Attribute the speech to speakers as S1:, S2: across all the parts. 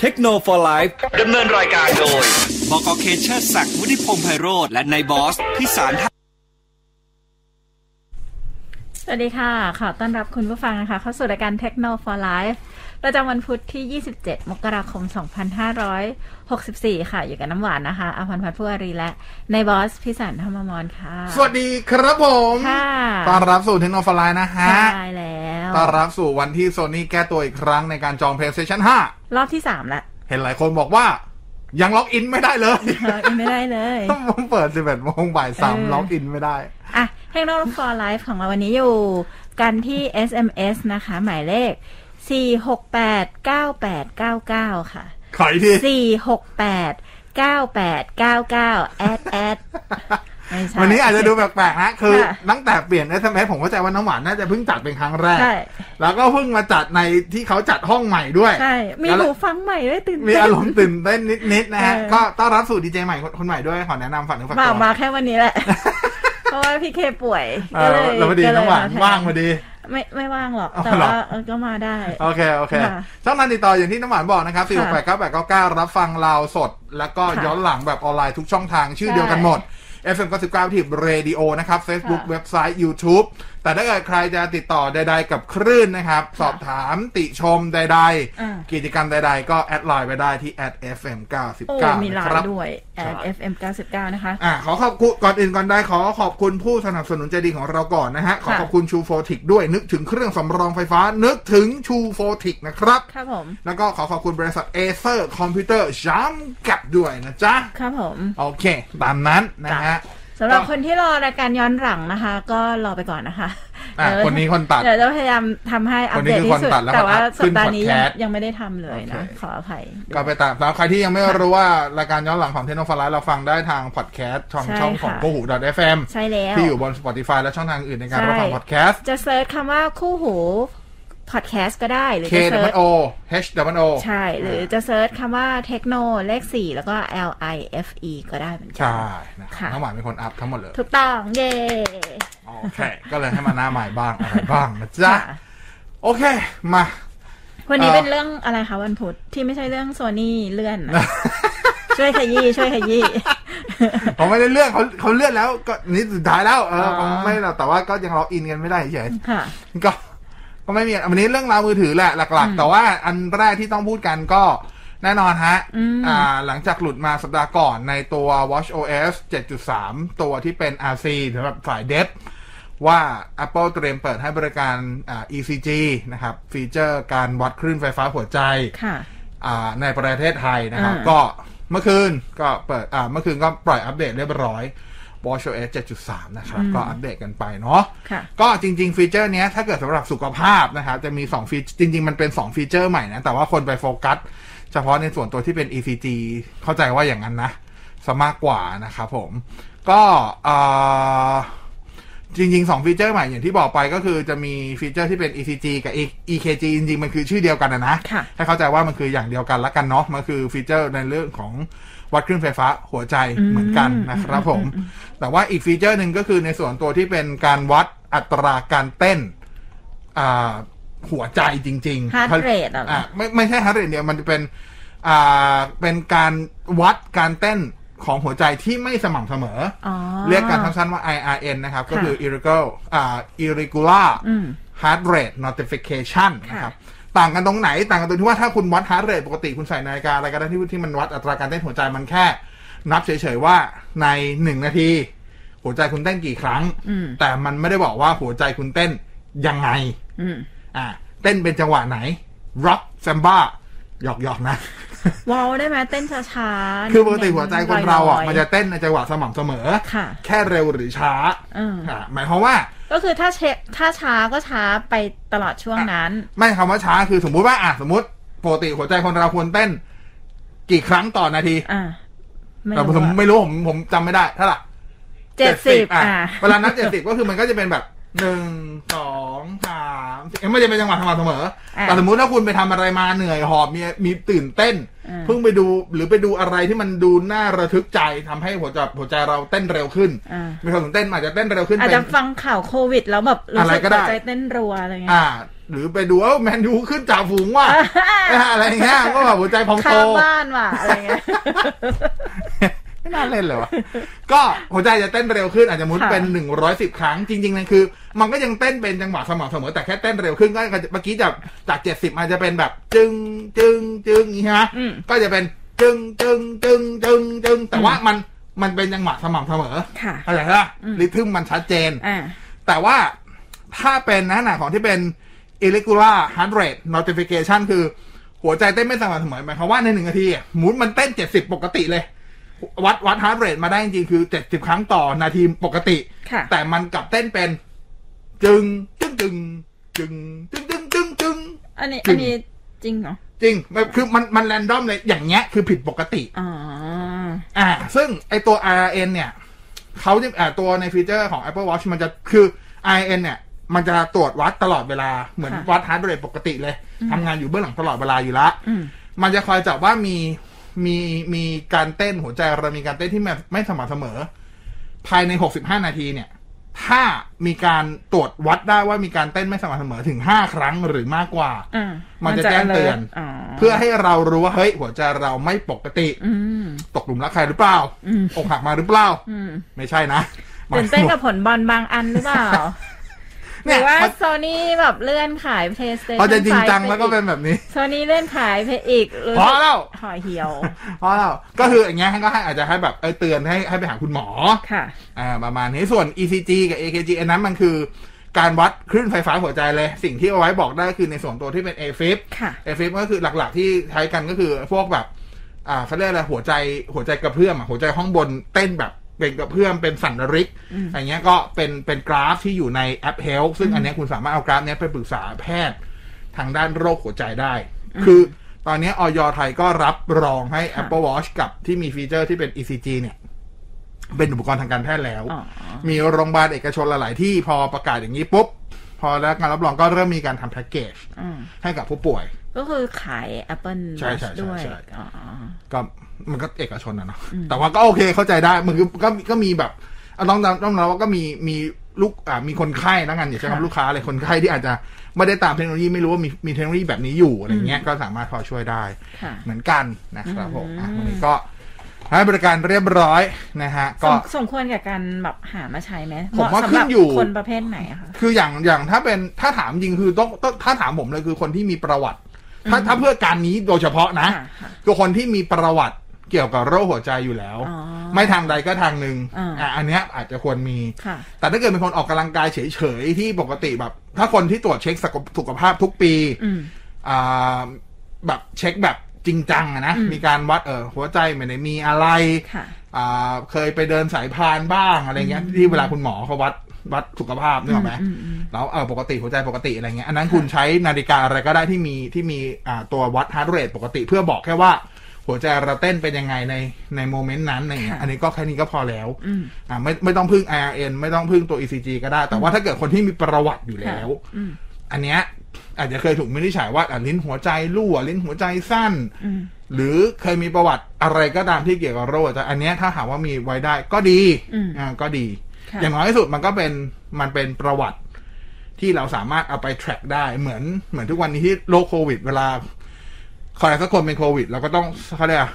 S1: เทคโนโลยีไลฟ์
S2: ดำเนินรายการโดย
S1: บกเคเชอร์ศักดิ์วุฒิพงษ์ไพโรธและนายบอส พิสารท่า
S3: สวัสดีค่ะ ขอต้อนรับคุณผู้ฟังนะคะ เข้าสู่รายการ Techno for Life ประจำวันพุธที่ 27 มกราคม 2564 ค่ะ อยู่กับน้ำหวานนะคะอภรพัฒน์ผู้อารีและในบอสพิสันธรรมมรค่ะ
S4: สวัสดีครับผม
S3: ค่ะ
S4: ต้อนรับสู่เทคโนโลยีนะฮะ
S3: ใช่แล้ว
S4: ต้อนรับสู่วันที่โซนี่แก้ตัวอีกครั้งในการจอง PlayStation
S3: รอบที่ 3 ละ
S4: 5 เห็นหลายคนบอกว่า ยังล็อกอินไม่ได้ เลย
S3: เรายังไม่ได้เลย
S4: ผมเปิด 11โมงบ่าย
S3: เออ
S4: 3ล็อกอินไม่ได้
S3: อ่ะ Techno for Life ของเราวันนี้อยู่กันที่ SMS นะคะ หมายเลข 4689899 ค่ะ
S4: ขออีกที
S3: สี่หกแปดเก้าแปดเก้าเก้าแอดแอ ดไม่ใช่
S4: วันนี้อาจจะดูแปลกๆนะคือ
S3: ค่ะ
S4: ตั้งแต่เปลี่ยน SMS ผมเข้าใจว่าน้ำหวานน่าจะเพิ่งจัดเป็นครั้งแรก
S3: ใช่
S4: แล้วก็เพิ่งมาจัดในที่เขาจัดห้องใหม่ด้วย
S3: ใช่ มีหูฟังใหม่ด้วยตื่นเต้น
S4: มีอารมณ์ตื่นเต้นนิดๆนะฮะ
S3: เออ
S4: ก็ต้อนรับสู่ดีเจใหม่คนคนใหม่ด้วยขอแนะนำฝากเนื้อฝาก
S3: มา
S4: ตัว
S3: มาแค่วันนี้แหละ เพราะว่าพี่เคป่วย
S4: เอ
S3: ก็
S4: อ
S3: เลย
S4: แล้วพอดี
S3: ก็เลย
S4: น้ำหวา
S3: ม
S4: น
S3: แทน
S4: ว่างพอดี
S3: ไม่ไม่ว่างหรอก
S4: เอา
S3: แต่
S4: เหรอ
S3: ว่าเออก็มาได้
S4: โอเค โอเค
S3: ค่ะ
S4: ช่องทางติดต่ออย่างที่น้ำหวานบอกนะครับ4 6 8 9 8 9 9 รับฟังเราสด แล้วก็
S3: ค่ะ
S4: ย้อนหลังแบบออนไลน์ทุกช่องทางชื่อ
S3: ใช่
S4: เดียวกันหมด FM 99ทีบเรดิโอนะครับ Facebook
S3: ค่ะ
S4: เว็บไซต์ YouTube แต่ถ้าเกิดใครจะติดต่อใด ๆ กับคลื่นนะครับ สอบถามติชมใด
S3: อ่า
S4: ๆ กิจกรรมใด ๆ ก็แอดไลน์ไปได้ที่ @fm 99
S3: โอ้มีไล
S4: นะครั
S3: น์
S4: บ
S3: ด้วยแอด
S4: ครับ
S3: FM 99 นะคะ
S4: อ่าขอขอบคุณก่อนอื่นก่อนได้ขอขอบคุณผู้สนับสนุนใจดีของเราก่อนนะฮะขอ
S3: ค่ะ
S4: ขอบคุณชูโฟติกด้วยนึกถึงเครื่องสำรองไฟฟ้า นึกถึงชูโฟติกนะครับ
S3: ครับผม
S4: แล้วก็ขอขอบคุณบริษัทเอเซอร์คอมพิวเตอร์จำกับด้วยนะจ๊ะ
S3: ครับผม
S4: โอเค ตามนั้นนะฮะ
S3: สำหรับคนที่รอรายการย้อนหลังนะคะ ก็รอไปก่อนนะคะ
S4: อ่ะ
S3: เดี๋ยว
S4: คนนี้คนตัด
S3: เดี๋ยวจะพยายามทำให้อัปเดต
S4: คนนี้คือ
S3: ที่สุด
S4: คนตัดแล้ว
S3: แต่ว่า
S4: ก็อัพ
S3: สัปดาห์นี้
S4: ขึ้น
S3: ยัง
S4: podcast
S3: ยังไม่ได้ทำเลยนะ
S4: โอเค
S3: ขออภัย
S4: ก็ไปตามแล้วใครที่ยังไม่รู้ว่ารายการย้อนหลังของเทนโนฟลายเราฟังได้ทางพอดแคสต์ช่องช่องของโกหูดอทเอฟเอ็ม
S3: ใช่แล้ว
S4: ที่อยู่บน Spotify และช่องทางอื่นในการรับฟัง
S3: ใช่
S4: พอดแคสต์
S3: จะเซิร์ชคำว่าคู่หูพอดแคสต์ก็ได้หรือ
S4: K
S3: จะเซิร์ช
S4: O H O
S3: ใช่ หรือจะเซิร์ชคำว่าเทคโนเลขสี่แล้วก็ L I F E ก็ได้เหมือนกั
S4: ใช่
S3: น
S4: นะ
S3: ค่ะ
S4: น้ำหวานเป็นคนอัพทั้งหมดเลย
S3: ถูกต้องเย่
S4: โอเค ก็เลยให้มาหน้าใหม่บ้าง อะไรบ้างนะจ๊ะ
S3: ค่ะ
S4: โอเค มา
S3: วันนี้
S4: เอ่อ
S3: เป็นเรื่องอะไรคะวันพุธที่ไม่ใช่เรื่องโซนี่เลื่อน นะช่วยขยี้ช่วยขยี้
S4: ผมไม่ได้เลือกเขาเขาเลือกแล้วก็นี่สุดท้ายแล้วเออ
S3: อ๋อ
S4: ไม่หรอกแต่ว่าก็ยังล็อกอินกันไม่ได้เฉย
S3: ค่ะ
S4: ๆก็ก็ไม่มีวันนี้เรื่องราวมือถือแหละหลัก ๆ แต่ว่าอันแรกที่ต้องพูดกันก็แน่นอนฮะ
S3: อืม
S4: อ่าหลังจากหลุดมาสัปดาห์ก่อนในตัว Watch OS 7.3 ตัวที่เป็น RC สำหรับสายเดฟว่า Apple เตรียมเปิดให้บริการอ่า ECG นะครับฟีเจอร์การวัดคลื่นไฟฟ้าหัวใจ
S3: ค่ะ
S4: อ่าในประเทศไทยนะครับ
S3: อ่า
S4: ก็เมื่อคืนก็เปิดอ่าเมื่อคืนก็ปล่อยอัปเดตเรียบร้อย WatchOS 7.3 นะครับ ก็อัปเดตกันไปเนาะ
S3: ค่ะ
S4: ก็จริง ๆ ฟีเจอร์เนี้ยถ้าเกิดสำหรับสุขภาพนะครับ จะมี 2 ฟีจริง ๆ มันเป็น 2 ฟีเจอร์ใหม่นะ แต่ว่าคนไปโฟกัส เฉพาะในส่วนตัวที่เป็น ECG เข้าใจว่าอย่างนั้นนะซะมากกว่านะครับผม ก็อ่า จริงๆ 2 ฟีเจอร์ใหม่อย่างที่บอกไปก็คือจะมีฟีเจอร์ที่เป็น ECG กับ EKG จริงๆ มันคือชื่อเดียวกันนะนะ
S3: ค่ะ
S4: ให้เข้าใจว่ามันคืออย่างเดียวกันละกันเนาะมันคือฟีเจอร์ในเรื่องของวัดคลื่นไฟฟ้าหัวใจเหมือนกันนะครับผม แต่ว่าอีกฟีเจอร์หนึ่งก็คือในส่วนตัวที่เป็นการวัดอัตราการเต้นอ่าหัวใจจริงๆ
S3: Heart rate เหรอ
S4: อ่ะไม่ไม่ใช่ฮาร์ดเรทเนี่ยมันจะเป็นอ่าเป็นการวัดการเต้นของหัวใจที่ไม่สม่ำเสมอ
S3: อ๋อ
S4: เรียกกันสั้นๆว่า IRN นะครับ ก็คือ
S3: ค่ะ
S4: irregular อ่า irregular
S3: อืม
S4: heart rate notification นะครับ ต่างกันตรงไหน ต่างกันตรงที่ว่าถ้าคุณวัด heart rate ปกติคุณใส่นาฬิกาอะไรก็ได้ที่ที่มันวัดอัตราการเต้นหัวใจมันแค่ นับเฉยๆว่าในหนึ่งนาที หัวใจคุณเต้นกี่ครั้ง
S3: อืม
S4: แต่มันไม่ได้บอกว่าหัวใจคุณเต้นยังไง
S3: อืม
S4: อ่า เต้นเป็นจังหวะไหน rock samba หยอกๆนะ
S3: วอลได้ไหมเต้นช้าๆ
S4: คือปกติหัวใจคนเราอ่ะ
S3: ยๆ
S4: มันจะเต้นในจังหวะสม่ำเสมอ
S3: ค่ะ
S4: แค่เร็วหรือช้า
S3: อืม
S4: อ่ะหมายความว่า
S3: ก็คือถ้าเชถ้าช้าก็ช้าไปตลอดช่วงนั้น
S4: ไม่คำว่าช้าคือสมมุติว่าอ่ะสมมติปกติหัวใจคนเราควรเต้น กี่ครั้งต่อนาที
S3: อ่าไม่
S4: แต่
S3: รู้
S4: ผม
S3: อะ
S4: ไม่รู้ผมผมจำไม่ได้เท่าไหร่
S3: เจ็ดสิบ
S4: อ่ะ
S3: อ่า
S4: เวลานับเจ็ดสิบก็คือมันก็จะเป็นแบบหนึ่งสองสามสี่ไม่ได้เป็นจังหวะสม่ำเสมออะ แต่สมมุติถ้าคุณไปทำอะไรมาเหนื่อยหอบมีมีตื่นเต้น
S3: อืม
S4: เพิ่งไปดูหรือไปดูอะไรที่มันดูน่าระทึกใจทำให้หัวใจหัวใจเราเต้นเร็วขึ้น
S3: อ่า
S4: มีความตื่นเต้นอาจจะเต้นเร็วขึ้น
S3: อาจ
S4: เป็
S3: จะ
S4: น
S3: ฟังข่าวโควิดแล้วแบบรู้
S4: อะไร
S3: สึก
S4: ก็ได้
S3: หัวใจเต้นรัวอะไรเงี้ย
S4: อ่า หรือไปดูเอ้าแมนยูขึ้นจากฝูงว่ะ อะไรเงี้ยก็แบบหัวใจพองโต
S3: ข้างบ้านว่ะอะไรเงี้ย
S4: ไม่น่าเล่นเลยวะ ก็หัวใจจะเต้นเร็วขึ้นอาจจะมุด
S3: ค่ะ
S4: เป็นหนึ่งร้อยสิบครั้งจริงๆนั่นคือ มันก็ยังเต้นเป็นจังหวะสม่ำเสมอแต่แค่เต้นเร็วขึ้นก็ก็เมื่อกี้จากจากเจ็ดสิบอาจจะเป็นแบบ จึงจึงจึงอย่างงี้ใช่ไหม
S3: อืม
S4: ก็จะเป็นจึงจึงจึงจึงจึงแต่ว่ามันมันเป็นจังหวะสม่ำเสมอ
S3: ค่ะ
S4: เข้าใจปะริทึมมันชัดเจน
S3: อ่า
S4: แต่ว่าถ้าเป็นนะหนาของที่เป็น irregular heart rate notification คือหัวใจเต้นไม่สม่ำเสมอหมายความว่าในหนึ่งนาทีอะหมุนมันเต้นเจ็ดสิบปกติเลย วัดวัด heart rate มาได้จริงๆคือเจ็ดสิบครั้งต่อนาทีปกติ
S3: ค่ะ
S4: แต่มันกลับเต้นเป็น จึง จึงจึงจึงจึงจึงจึงจึง
S3: อันนี้
S4: จริ
S3: อั
S4: ง
S3: นนี้จริงเหรอ
S4: จริงมันคือมันมัน random เลยอย่างเงี้ยคือผิดปกติ
S3: อ๋อ
S4: อ่า ซึ่งไอตัว RN เนี่ย เขาจะอ่าตัวในฟีเจอร์ของ Apple Watch มันจะคือ RN เนี่ย มันจะตรวจวัดตลอดเวลา เหมือนวัดฮาร์ดเรทปกติเลยทำงานอยู่เบื้องหลังตลอดเวลาอยู่ละ
S3: อืม
S4: มันจะคอยจับว่ามีมีมีการเต้นหัวใจเรามีการเต้นที่ไม่ไม่สม่ำเสมอ ภายใน 65 นาทีเนี่ย ถ้ามีการตรวจวัดได้ว่ามีการเต้นไม่สม่ำเสมอถึง 5 ครั้งหรือมากกว่า
S3: อ่า
S4: มั
S3: มัน
S4: จะแจ้งเตือน
S3: อ๋อ
S4: เพื่อให้เรารู้ว่าเฮ้ยหัวใจเราไม่ปกติ
S3: อืม
S4: ตกหลุมรักใครหรือเปล่า
S3: อืม
S4: อกหักมาหรือเปล่า
S3: อืม
S4: ไม่ใช่นะ
S3: ตื่นเต้นกับผลบอลบางอันหรือเปล่า ห
S4: เนี่
S3: รื
S4: ย
S3: อว่า
S4: พอ
S3: โซนี่แบบเลื่อนขาย PlayStation
S4: พอจะจริงจัง
S3: 5
S4: แล้วก็เป็นแบบนี้
S3: โซนี่เลื่อนขายเพอีกรู้สึก
S4: พอแล้ว
S3: ห่อเหี่ยว
S4: เพราะเราก็คืออย่างเงี้ยก็ให้อาจจะให้แบบเออเตือนให้ให้ไปหาคุณหมอ
S3: ค่ะ
S4: อ่าประมาณนี้ส่วน ECG กับ AKG อันนั้นมันคือ การวัดคลื่นไฟฟ้าหัวใจเลย สิ่งที่เอาไว้บอกได้คือในส่วนตัวที่เป็น AFib
S3: ค่ะ
S4: AFib ก็คือหลักๆที่ใช้กันก็คือพวกแบบอ่าเขาเรียกอะไรหัวใจหัวใจกระเพื่อมอะหัวใจข้างบนเต้นแบบเป็นกระเพื่อมเป็นสันริกอย่างเงี้ยก็เป็นเป็นกราฟที่อยู่ในแอป Health ซึ่งอันเนี้ยคุณสามารถเอากราฟเนี้ยไปปรึกษาแพทย์ ทางด้านโรคหัวใจได้ คือตอนนี้ออยไทยก็รับรองให้ Apple Watch กับที่มีฟีเจอร์ที่เป็น ECG เนี่ย เป็นอุปกรณ์ทางการแพทย์แล้ว
S3: อ๋อ
S4: มีโรงพยาบาลเอกชนหลาย ๆ ที่พอประกาศอย่างนี้ปุ๊บ พอได้การรับรองก็เริ่มมีการทำแพ็กเกจ
S3: อืม
S4: ให้กับผู้ป่วย
S3: ก็คือขาย Apple
S4: ใช่ใช่
S3: Watch
S4: ใช่
S3: ด้วย
S4: ใช่
S3: อ๋ออ๋อ
S4: ก็มันก็เอกชนนะเนาะแต่ว่าก็โอเคเข้าใจได้มันก็ก็ก็มีแบบเอาต้องรับต้องรับว่าก็มีมีลูกอ่ามีคนไข้แล้วกันอย่าใช้
S3: ค่ะ
S4: คำลูกค้าเลยคนไข้ที่อาจจะไม่ได้ตามเทคโนโลยีไม่รู้ว่ามีมีเทคโนโลยีแบบนี้อยู่อะไรเงี้ยก็สามารถพอช่วยได้
S3: ค่ะ
S4: เหมือนกันนะครับผมอ่ะวันนี้ก็ให้บริการเรียบร้อยนะฮะ
S3: ส
S4: ก็
S3: มสมควรกับการแบบหามาใช้ไหม
S4: ผมว่า
S3: เหะสำหรับ
S4: ขึ้นอยู่
S3: คนประเภทไหนอะคะ
S4: คืออย่างอย่างถ้าเป็นถ้าถามจริงคือต้องต้องถ้าถามผมเลยคือคนที่มีประวัติ ถ้าถ้าเพื่อการนี้โดยเฉพาะนะ
S3: ค่ะค่ะ
S4: คือคนที่มีประวัติเกี่ยวกับโรคหัวใจอยู่แล้ว
S3: อ๋อ
S4: ไม่ทางใดก็ทางหนึ่ง
S3: อ่า
S4: ะอันเนี้ยอาจจะควรมี
S3: ค่ะ
S4: แต่ถ้าเกิดเป็นคนออกกำลังกายเฉยๆที่ปกติแบบ ถ้าคนที่ตรวจเช็คสุขภาพทุกปี
S3: อืม
S4: อ่าแบบเช็คแบบจริงจังอะนะ
S3: อืม
S4: มีการวัดเออหัวใจไม่ได้มีอะไร
S3: ค่ะ
S4: อ่าเคยไปเดินสายพานบ้างอะไรเงี้ยที่เวลาคุณหมอเขาวัดวัดสุขภาพนึกออกไหม
S3: อืมอืม
S4: แล้วเออปกติหัวใจปกติอะไรเงี้ยอันนั้นคุณใช้นาฬิกาอะไรก็ได้ที่มีที่มีอ่าตัววัดฮาร์ดเรทปกติเพื่อบอกแค่ว่า หัวใจเราเต้นเป็นยังไงในในโมเมนต์นั้นอะไรเงี้ยอันนี้ก็แค่นี้ก็พอแล้ว
S3: อืม
S4: อ่าไม่ไม่ต้องพึ่ง IRN ไม่ต้องพึ่งตัว ECG ก็ได้ แต่ว่าถ้าเกิดคนที่มีประวัติอยู่แล้ว
S3: อืม
S4: อันเนี้ยอาจจะเคยถูกวินิจฉัยว่าอ่ะลิ้นหัวใจรั่วลิ้นหัวใจสั้น
S3: อืม
S4: หรือเคยมีประวัติอะไรก็ตามที่เกี่ยวกับโรคแต่อันเนี้ยถ้าหากว่ามีไว้ได้ก็ดี
S3: อืม
S4: อ่าก็ดี
S3: ค่ะ
S4: อย่างน้อยที่สุดมันก็เป็นมันเป็นประวัติที่เราสามารถเอาไป track ได้เหมือนเหมือนทุกวันนี้ที่โรคโควิด เวลาใครสักคนเป็นโควิดเราก็ต้องเขาเรียกอะไร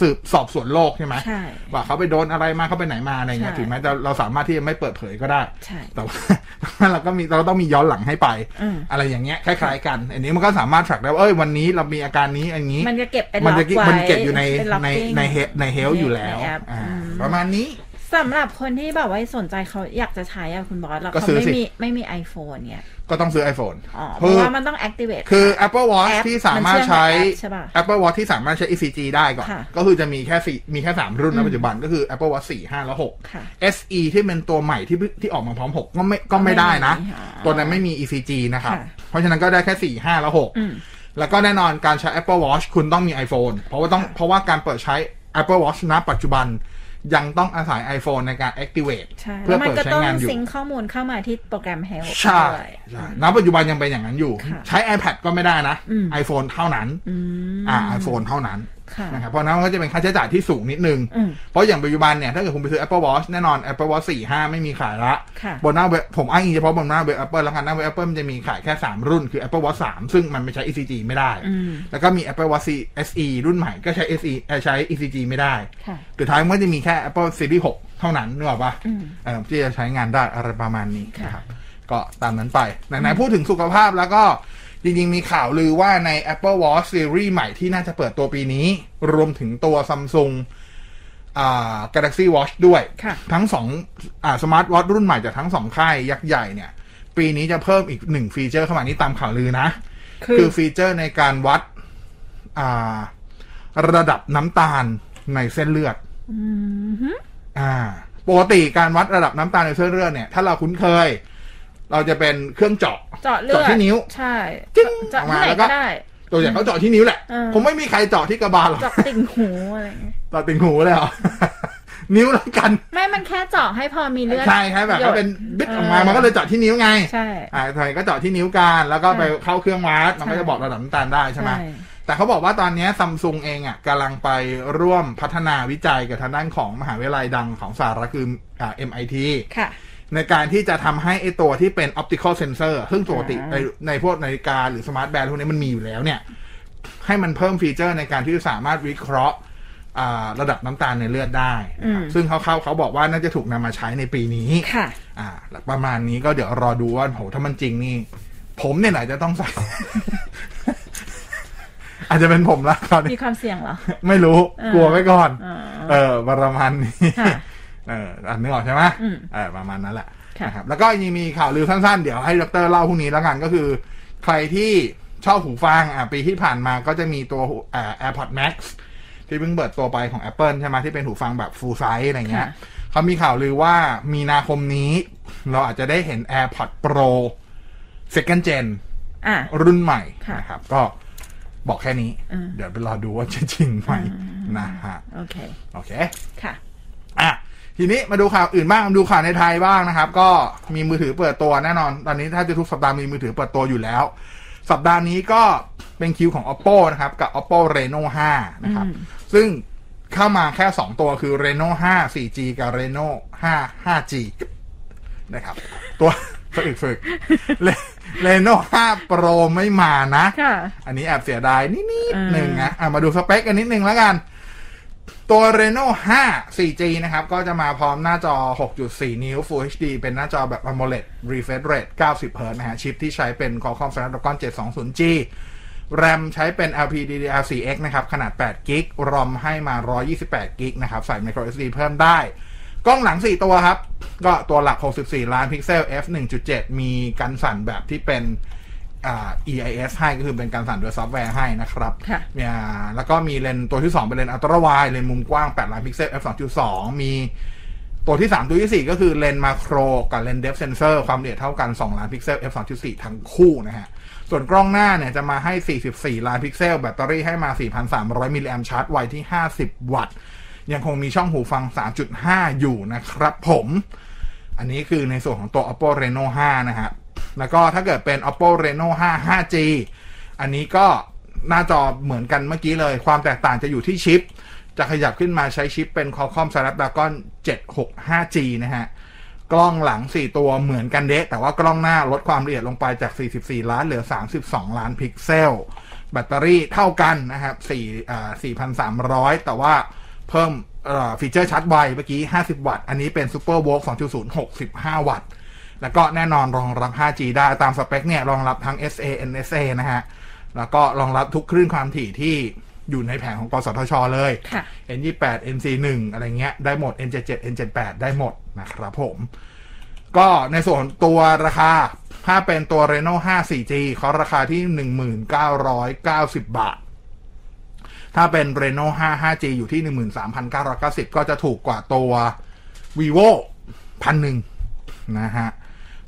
S4: สืบสอบสวนโรคใช่ไหม
S3: ใช่
S4: ว่าเขาไปโดนอะไรมาเขาไปไหนมาอะไรเงี้ย
S3: ใช่
S4: ถึงแม้จะเราสามารถที่จะไม่เปิดเผยก็ได้
S3: ใช่
S4: แต่ว่า เราก็มีเราต้องมีย้อนหลังให้ไป
S3: อืม
S4: อะไรอย่างเงี้ยคล้าย ๆ กัน อันนี้มันก็สามารถ track ได้ว่าเอ้ยวันนี้เรามีอาการนี้อันนี้
S3: มันจะเก็บเป็น
S4: มัน
S3: ล็
S4: จะ
S3: อก
S4: เก็บ
S3: ไว้
S4: มันเก็บอยู่ใน
S3: เป็
S4: ใน
S3: locking
S4: ในเฮในเฮลอยู่แล้ว
S3: ในแอป
S4: อ่า
S3: อืม
S4: ประมาณนี้
S3: สำหรับคนที่แบบว่าสนใจเขาอยากจะใช้อะคุณบอสแล้ว
S4: ก็
S3: เขา
S4: ซื้อ
S3: ไม่
S4: สิ
S3: มีไม่มี iPhone เนี่ย
S4: ก็ต้องซื้อ iPhone
S3: อ๋อเพ
S4: คื
S3: ราะ
S4: อ
S3: ว่ามันต้อง activate
S4: คือ Apple Watch
S3: แอป
S4: ที่สามารถ
S3: มันเชื่อมกับ
S4: ใช้
S3: แอปใช่ป่ะ
S4: Apple Watch ที่สามารถใช้ ECG ได้ก่อน
S3: ค่ะ
S4: ก็คือจะมีแค่สี่มีแค่สามรุ่น
S3: อื
S4: นะ
S3: ม
S4: ปัจจุบันก็คือ Apple Watch 4 5 และ
S3: ค่ะ
S4: 6 SE ที่เป็นตัวใหม่ที่ที่ออกมาพร้อม 6 ก็ไม่ก็ไม่ได้นะ
S3: ไม่มีค่ะ
S4: ตัวนั้นไม่มี ECG นะครับ
S3: ค่ะ
S4: เพราะฉะนั้นก็ได้แค่ 4 5 และ
S3: อืม
S4: 6 แล้วก็แน่นอนการใช้ Apple Watch คุณต้องมี iPhone เพราะว่าต้องเพราะว่าการเปิดใช้ Apple Watch ณ ปัจจุบัน ยังต้องอาศัย iPhone ในการ activate
S3: ใช่
S4: เพื่
S3: แล้
S4: อ
S3: วมัน
S4: เปิด
S3: ก็
S4: ใช้
S3: ต้อง
S4: งานอยู่
S3: ซิงค์ข้อมูลเข้ามาที่โปรแกรม Help
S4: ใช่
S3: ด้วย
S4: ใช่ณปัจจุบันยังเป็นอย่างนั้นอยู่
S3: ค่ะ
S4: ใช้ iPad ก็ไม่ได้นะ
S3: อืม
S4: iPhone เท่านั้น
S3: อืม
S4: อ่า iPhone เท่านั้น
S3: ค่ะ
S4: นะครับเพราะนั้นมันก็จะเป็นค่าใช้จ่ายที่สูงนิดนึง
S3: อืม
S4: เพราะอย่างปัจจุบันเนี่ย ถ้าเกิดคุณไปซื้อ Apple Watch แน่นอน Apple Watch 4 5 ไม่มีขายละ
S3: ค่ะ
S4: บนหน้าเว็บผมอ้างอิงเฉพาะบนหน้าเว็บ Apple แล้วกันหน้าเว็บ Apple มันจะมีขายแค่ 3 รุ่นคือ Apple Watch 3 ซึ่งมันไม่ใช้ ECG ไม่ได้
S3: อืม
S4: แล้วก็มี Apple Watch SE รุ่นใหม่ก็ใช้ SE เอ่อใช้ ECG ไม่ได้
S3: ค่ะ
S4: สุดท้ายมันก็จะมีแค่ Apple Series 6 เท่านั้นนึกออกปะ
S3: อืม
S4: เอ่อที่จะใช้งานได้อะไรประมาณนี้นะครับ ก็ตามนั้นไป ไหนๆพูดถึงสุขภาพแล้วก็จริงๆ มีข่าวลือว่าใน Apple Watch Series ใหม่ที่น่าจะเปิดตัวปีนี้ รวมถึงตัว Samsung อ่า Galaxy Watch ด้วย
S3: ค่ะ
S4: ทั้งสองอ่าสมาร์ทวอทรุ่นใหม่จากทั้งสองค่ายยักษ์ใหญ่เนี่ย ปีนี้จะเพิ่มอีกหนึ่งฟีเจอร์เข้ามานี่ตามข่าวลือนะ
S3: คือ
S4: คือฟีเจอร์ในการวัดอ่าระดับน้ำตาลในเส้นเลือด
S3: อืมฮึ
S4: อ่าปกติการวัดระดับน้ำตาลในเส้นเลือดเนี่ย ถ้าเราคุ้นเคย เราจะเป็นเครื่องเจาะ
S3: เจาะเลือด
S4: เจาะที่นิ้ว
S3: ใช่
S4: จึ๊ง
S3: เจาะ
S4: ออก
S3: ที่
S4: มา
S3: ไหน
S4: แล้วก็
S3: ก็ได้
S4: ตัวอย่างเขาเจาะที่นิ้วแหละ
S3: เออ
S4: คงไม่มีใครเจาะที่กระบาลหรอก
S3: เจาะติ่งหูอะไรอย่างเงี้ย
S4: เจาะติ่งหูเลยเหรอ นิ้วแล้วกัน
S3: ไม่มันแค่เจาะให้พอมีเลือด
S4: ใช่ครับแบบ
S3: หย
S4: ถ้า
S3: ด
S4: เป็นบิด
S3: เออ
S4: ออกมามันก็เลยเจาะที่นิ้วไง
S3: ใช่
S4: อ่าสมัยก็เจาะที่นิ้วกันแล้วก็ไป
S3: ใช่
S4: เข้าเครื่องวัดมันก็
S3: ใช่
S4: จะบอกระดับน้ำตาลได้ใช่ไหม
S3: ใช่
S4: แต่เขาบอกว่าตอนนี้ซัมซุงเองอ่ะกำลังไปร่วมพัฒนาวิจัยกับทางด้านของมหาวิทยาลัยดังของสหรัฐคืออ่า MIT
S3: ค่ะ
S4: ในการที่จะทำให้ไอตัวที่เป็น optical sensor ซึ่งปกติ
S3: อ่า
S4: ในในพวกนาฬิกาหรือสมาร์ทแบนด์พวกนี้มันมีอยู่แล้วเนี่ย ให้มันเพิ่มฟีเจอร์ในการที่สามารถวิเคราะห์อ่าระดับน้ำตาลในเลือดได้นะครับซึ่งเขาเขาเขาบอกว่าน่าจะถูกนำมาใช้ในปีนี้
S3: ค่ะ
S4: อ่าประมาณนี้ก็เดี๋ยวรอดูว่าโหถ้ามันจริงนี่ ผมเนี่ยไหนจะต้องใส่ อาจจะเป็นผมละคราวนี้
S3: มีความเสี่ยงเหรอ
S4: ไม่รู้
S3: เออก
S4: ลัวไว้ก่อน
S3: อ๋อ
S4: เออประมาณนี้
S3: ค่ะ
S4: เอออันนึกออกใช่ไหม
S3: อืม
S4: เออประมาณนั้นแหละ
S3: ค่ะ
S4: นะครับแล้วก็ยังมีข่าวลือสั้นๆ เดี๋ยวให้ดรเล่าพรุ่งนี้แล้วกันก็คือ ใครที่ชอบหูฟังอ่ะปีที่ผ่านมาก็จะมีตัวหูอ่า AirPod Max ที่เพิ่งเปิดตัวไปของ Apple ใช่ไหมที่เป็นหูฟังแบบ full size อะไรเงี้ย
S3: ค่ะ
S4: เขามีข่าวลือว่ามีนาคมนี้ เราอาจจะได้เห็น AirPod Pro second gen
S3: อ่ะ
S4: รุ่นใหม่
S3: ค่ะ
S4: นะครับ ก็บอกแค่นี้
S3: อืม
S4: เดี๋ยวไปรอดูว่าจะจริงไหมนะฮะ
S3: โอเค
S4: โอเค
S3: ค่ะ
S4: อ่ะทีนี้มาดูข่าวอื่นบ้างมาดูข่าวในไทยบ้างนะครับ ก็มีมือถือเปิดตัวแน่นอน ตอนนี้ถ้าจะทุกสัปดาห์มีมือถือเปิดตัวอยู่แล้ว สัปดาห์นี้ก็เป็นคิวของ oppo นะครับ กับ oppo reno 5 นะครับ
S3: อืม
S4: ซึ่งเข้ามาแค่ 2 ตัวคือ reno 5 4g กับ reno 5 5g นะครับ ตัว ฝึก ฝึกเรโน่5 pro ไม่มานะ
S3: ค่ะ
S4: อันนี้แอบเสียดายนิด
S3: อืม
S4: ๆหนึ่งนะอ่ะมาดูสเปคกันนิดนึงแล้วกัน ตัว Reno 5 4G นะครับ ก็จะมาพร้อมหน้าจอ 6.4 นิ้ว Full HD เป็นหน้าจอแบบ AMOLED Refresh Rate 90 Hz นะฮะ ชิปที่ใช้เป็น Qualcomm Snapdragon 720G RAM ใช้เป็น LPDDR4X นะครับ ขนาด8 g b ROM ให้มา 128 g b นะครับ ใส่ micro SD เพิ่มได้ กล้องหลัง 4 ตัวครับ ก็ตัวหลัก 64 ล้านพิกเซล f 1.7 มีกันสั่นแบบที่เป็นอ่า EIS ให้ก็คือเป็นการสั่นโดยซอฟต์แวร์ให้นะครับ
S3: ค่ะ
S4: เนี่ยแล้วก็มีเลนส์ตัวที่ 2 เป็นเลนส์อัลตราไวด์เลนส์มุมกว้าง 8 ล้านพิกเซล f 2.2 มีตัวที่ 3 ตัวที่ 4 ก็คือเลนส์มาโครกับเลนส์เดฟเซนเซอร์ความละเอียดเท่ากัน 2 ล้านพิกเซล f 2.4 ทั้งคู่นะฮะ ส่วนกล้องหน้าเนี่ยจะมาให้ 44 ล้านพิกเซล แบตเตอรี่ให้มา 4,300 มิลลิแอมชาร์จไวที่ 50 วัตต์ ยังคงมีช่องหูฟัง 3.5 อยู่นะครับผม อันนี้คือในส่วนของตัว oppo reno 5 นะฮะ แล้วก็ถ้าเกิดเป็น oppo reno 5 5g อันนี้ก็หน้าจอเหมือนกันเมื่อกี้เลย ความแตกต่างจะอยู่ที่ชิป จะขยับขึ้นมาใช้ชิปเป็น qualcomm snapdragon 765g นะฮะ กล้องหลัง 4 ตัวเหมือนกันเดะแต่ว่ากล้องหน้าลดความละเอียดลงไปจาก 44 ล้านเหลือ 32 ล้านพิกเซล แบตเตอรี่เท่ากันนะครับ4อ่า4,300 แต่ว่าเพิ่มเอ่อฟีเจอร์ชาร์จไวเมื่อกี้ 50 วัตต์ อันนี้เป็น Super v o l 2.0 65 วัตต์ แล้วก็แน่นอนรองรับ 5G ได้ตามสเปคเนี่ยรองรับทั้ง SA NSA นะฮะ แล้วก็รองรับทุกคลื่นความถี่ที่อยู่ในแผงของกสทช เลย
S3: ค่ะ
S4: N28 NC1 อะไรเงี้ยได้หมด N77 N78 ได้หมดนะครับผม ก็ในส่วนตัวราคา ถ้าเป็นตัว Reno 5 4G เขาราคาที่ 1990 บาท ถ้าเป็น Reno 5 5G อยู่ที่ 13,990 ก็จะถูกกว่าตัว vivo พันหนึ่งนะฮะ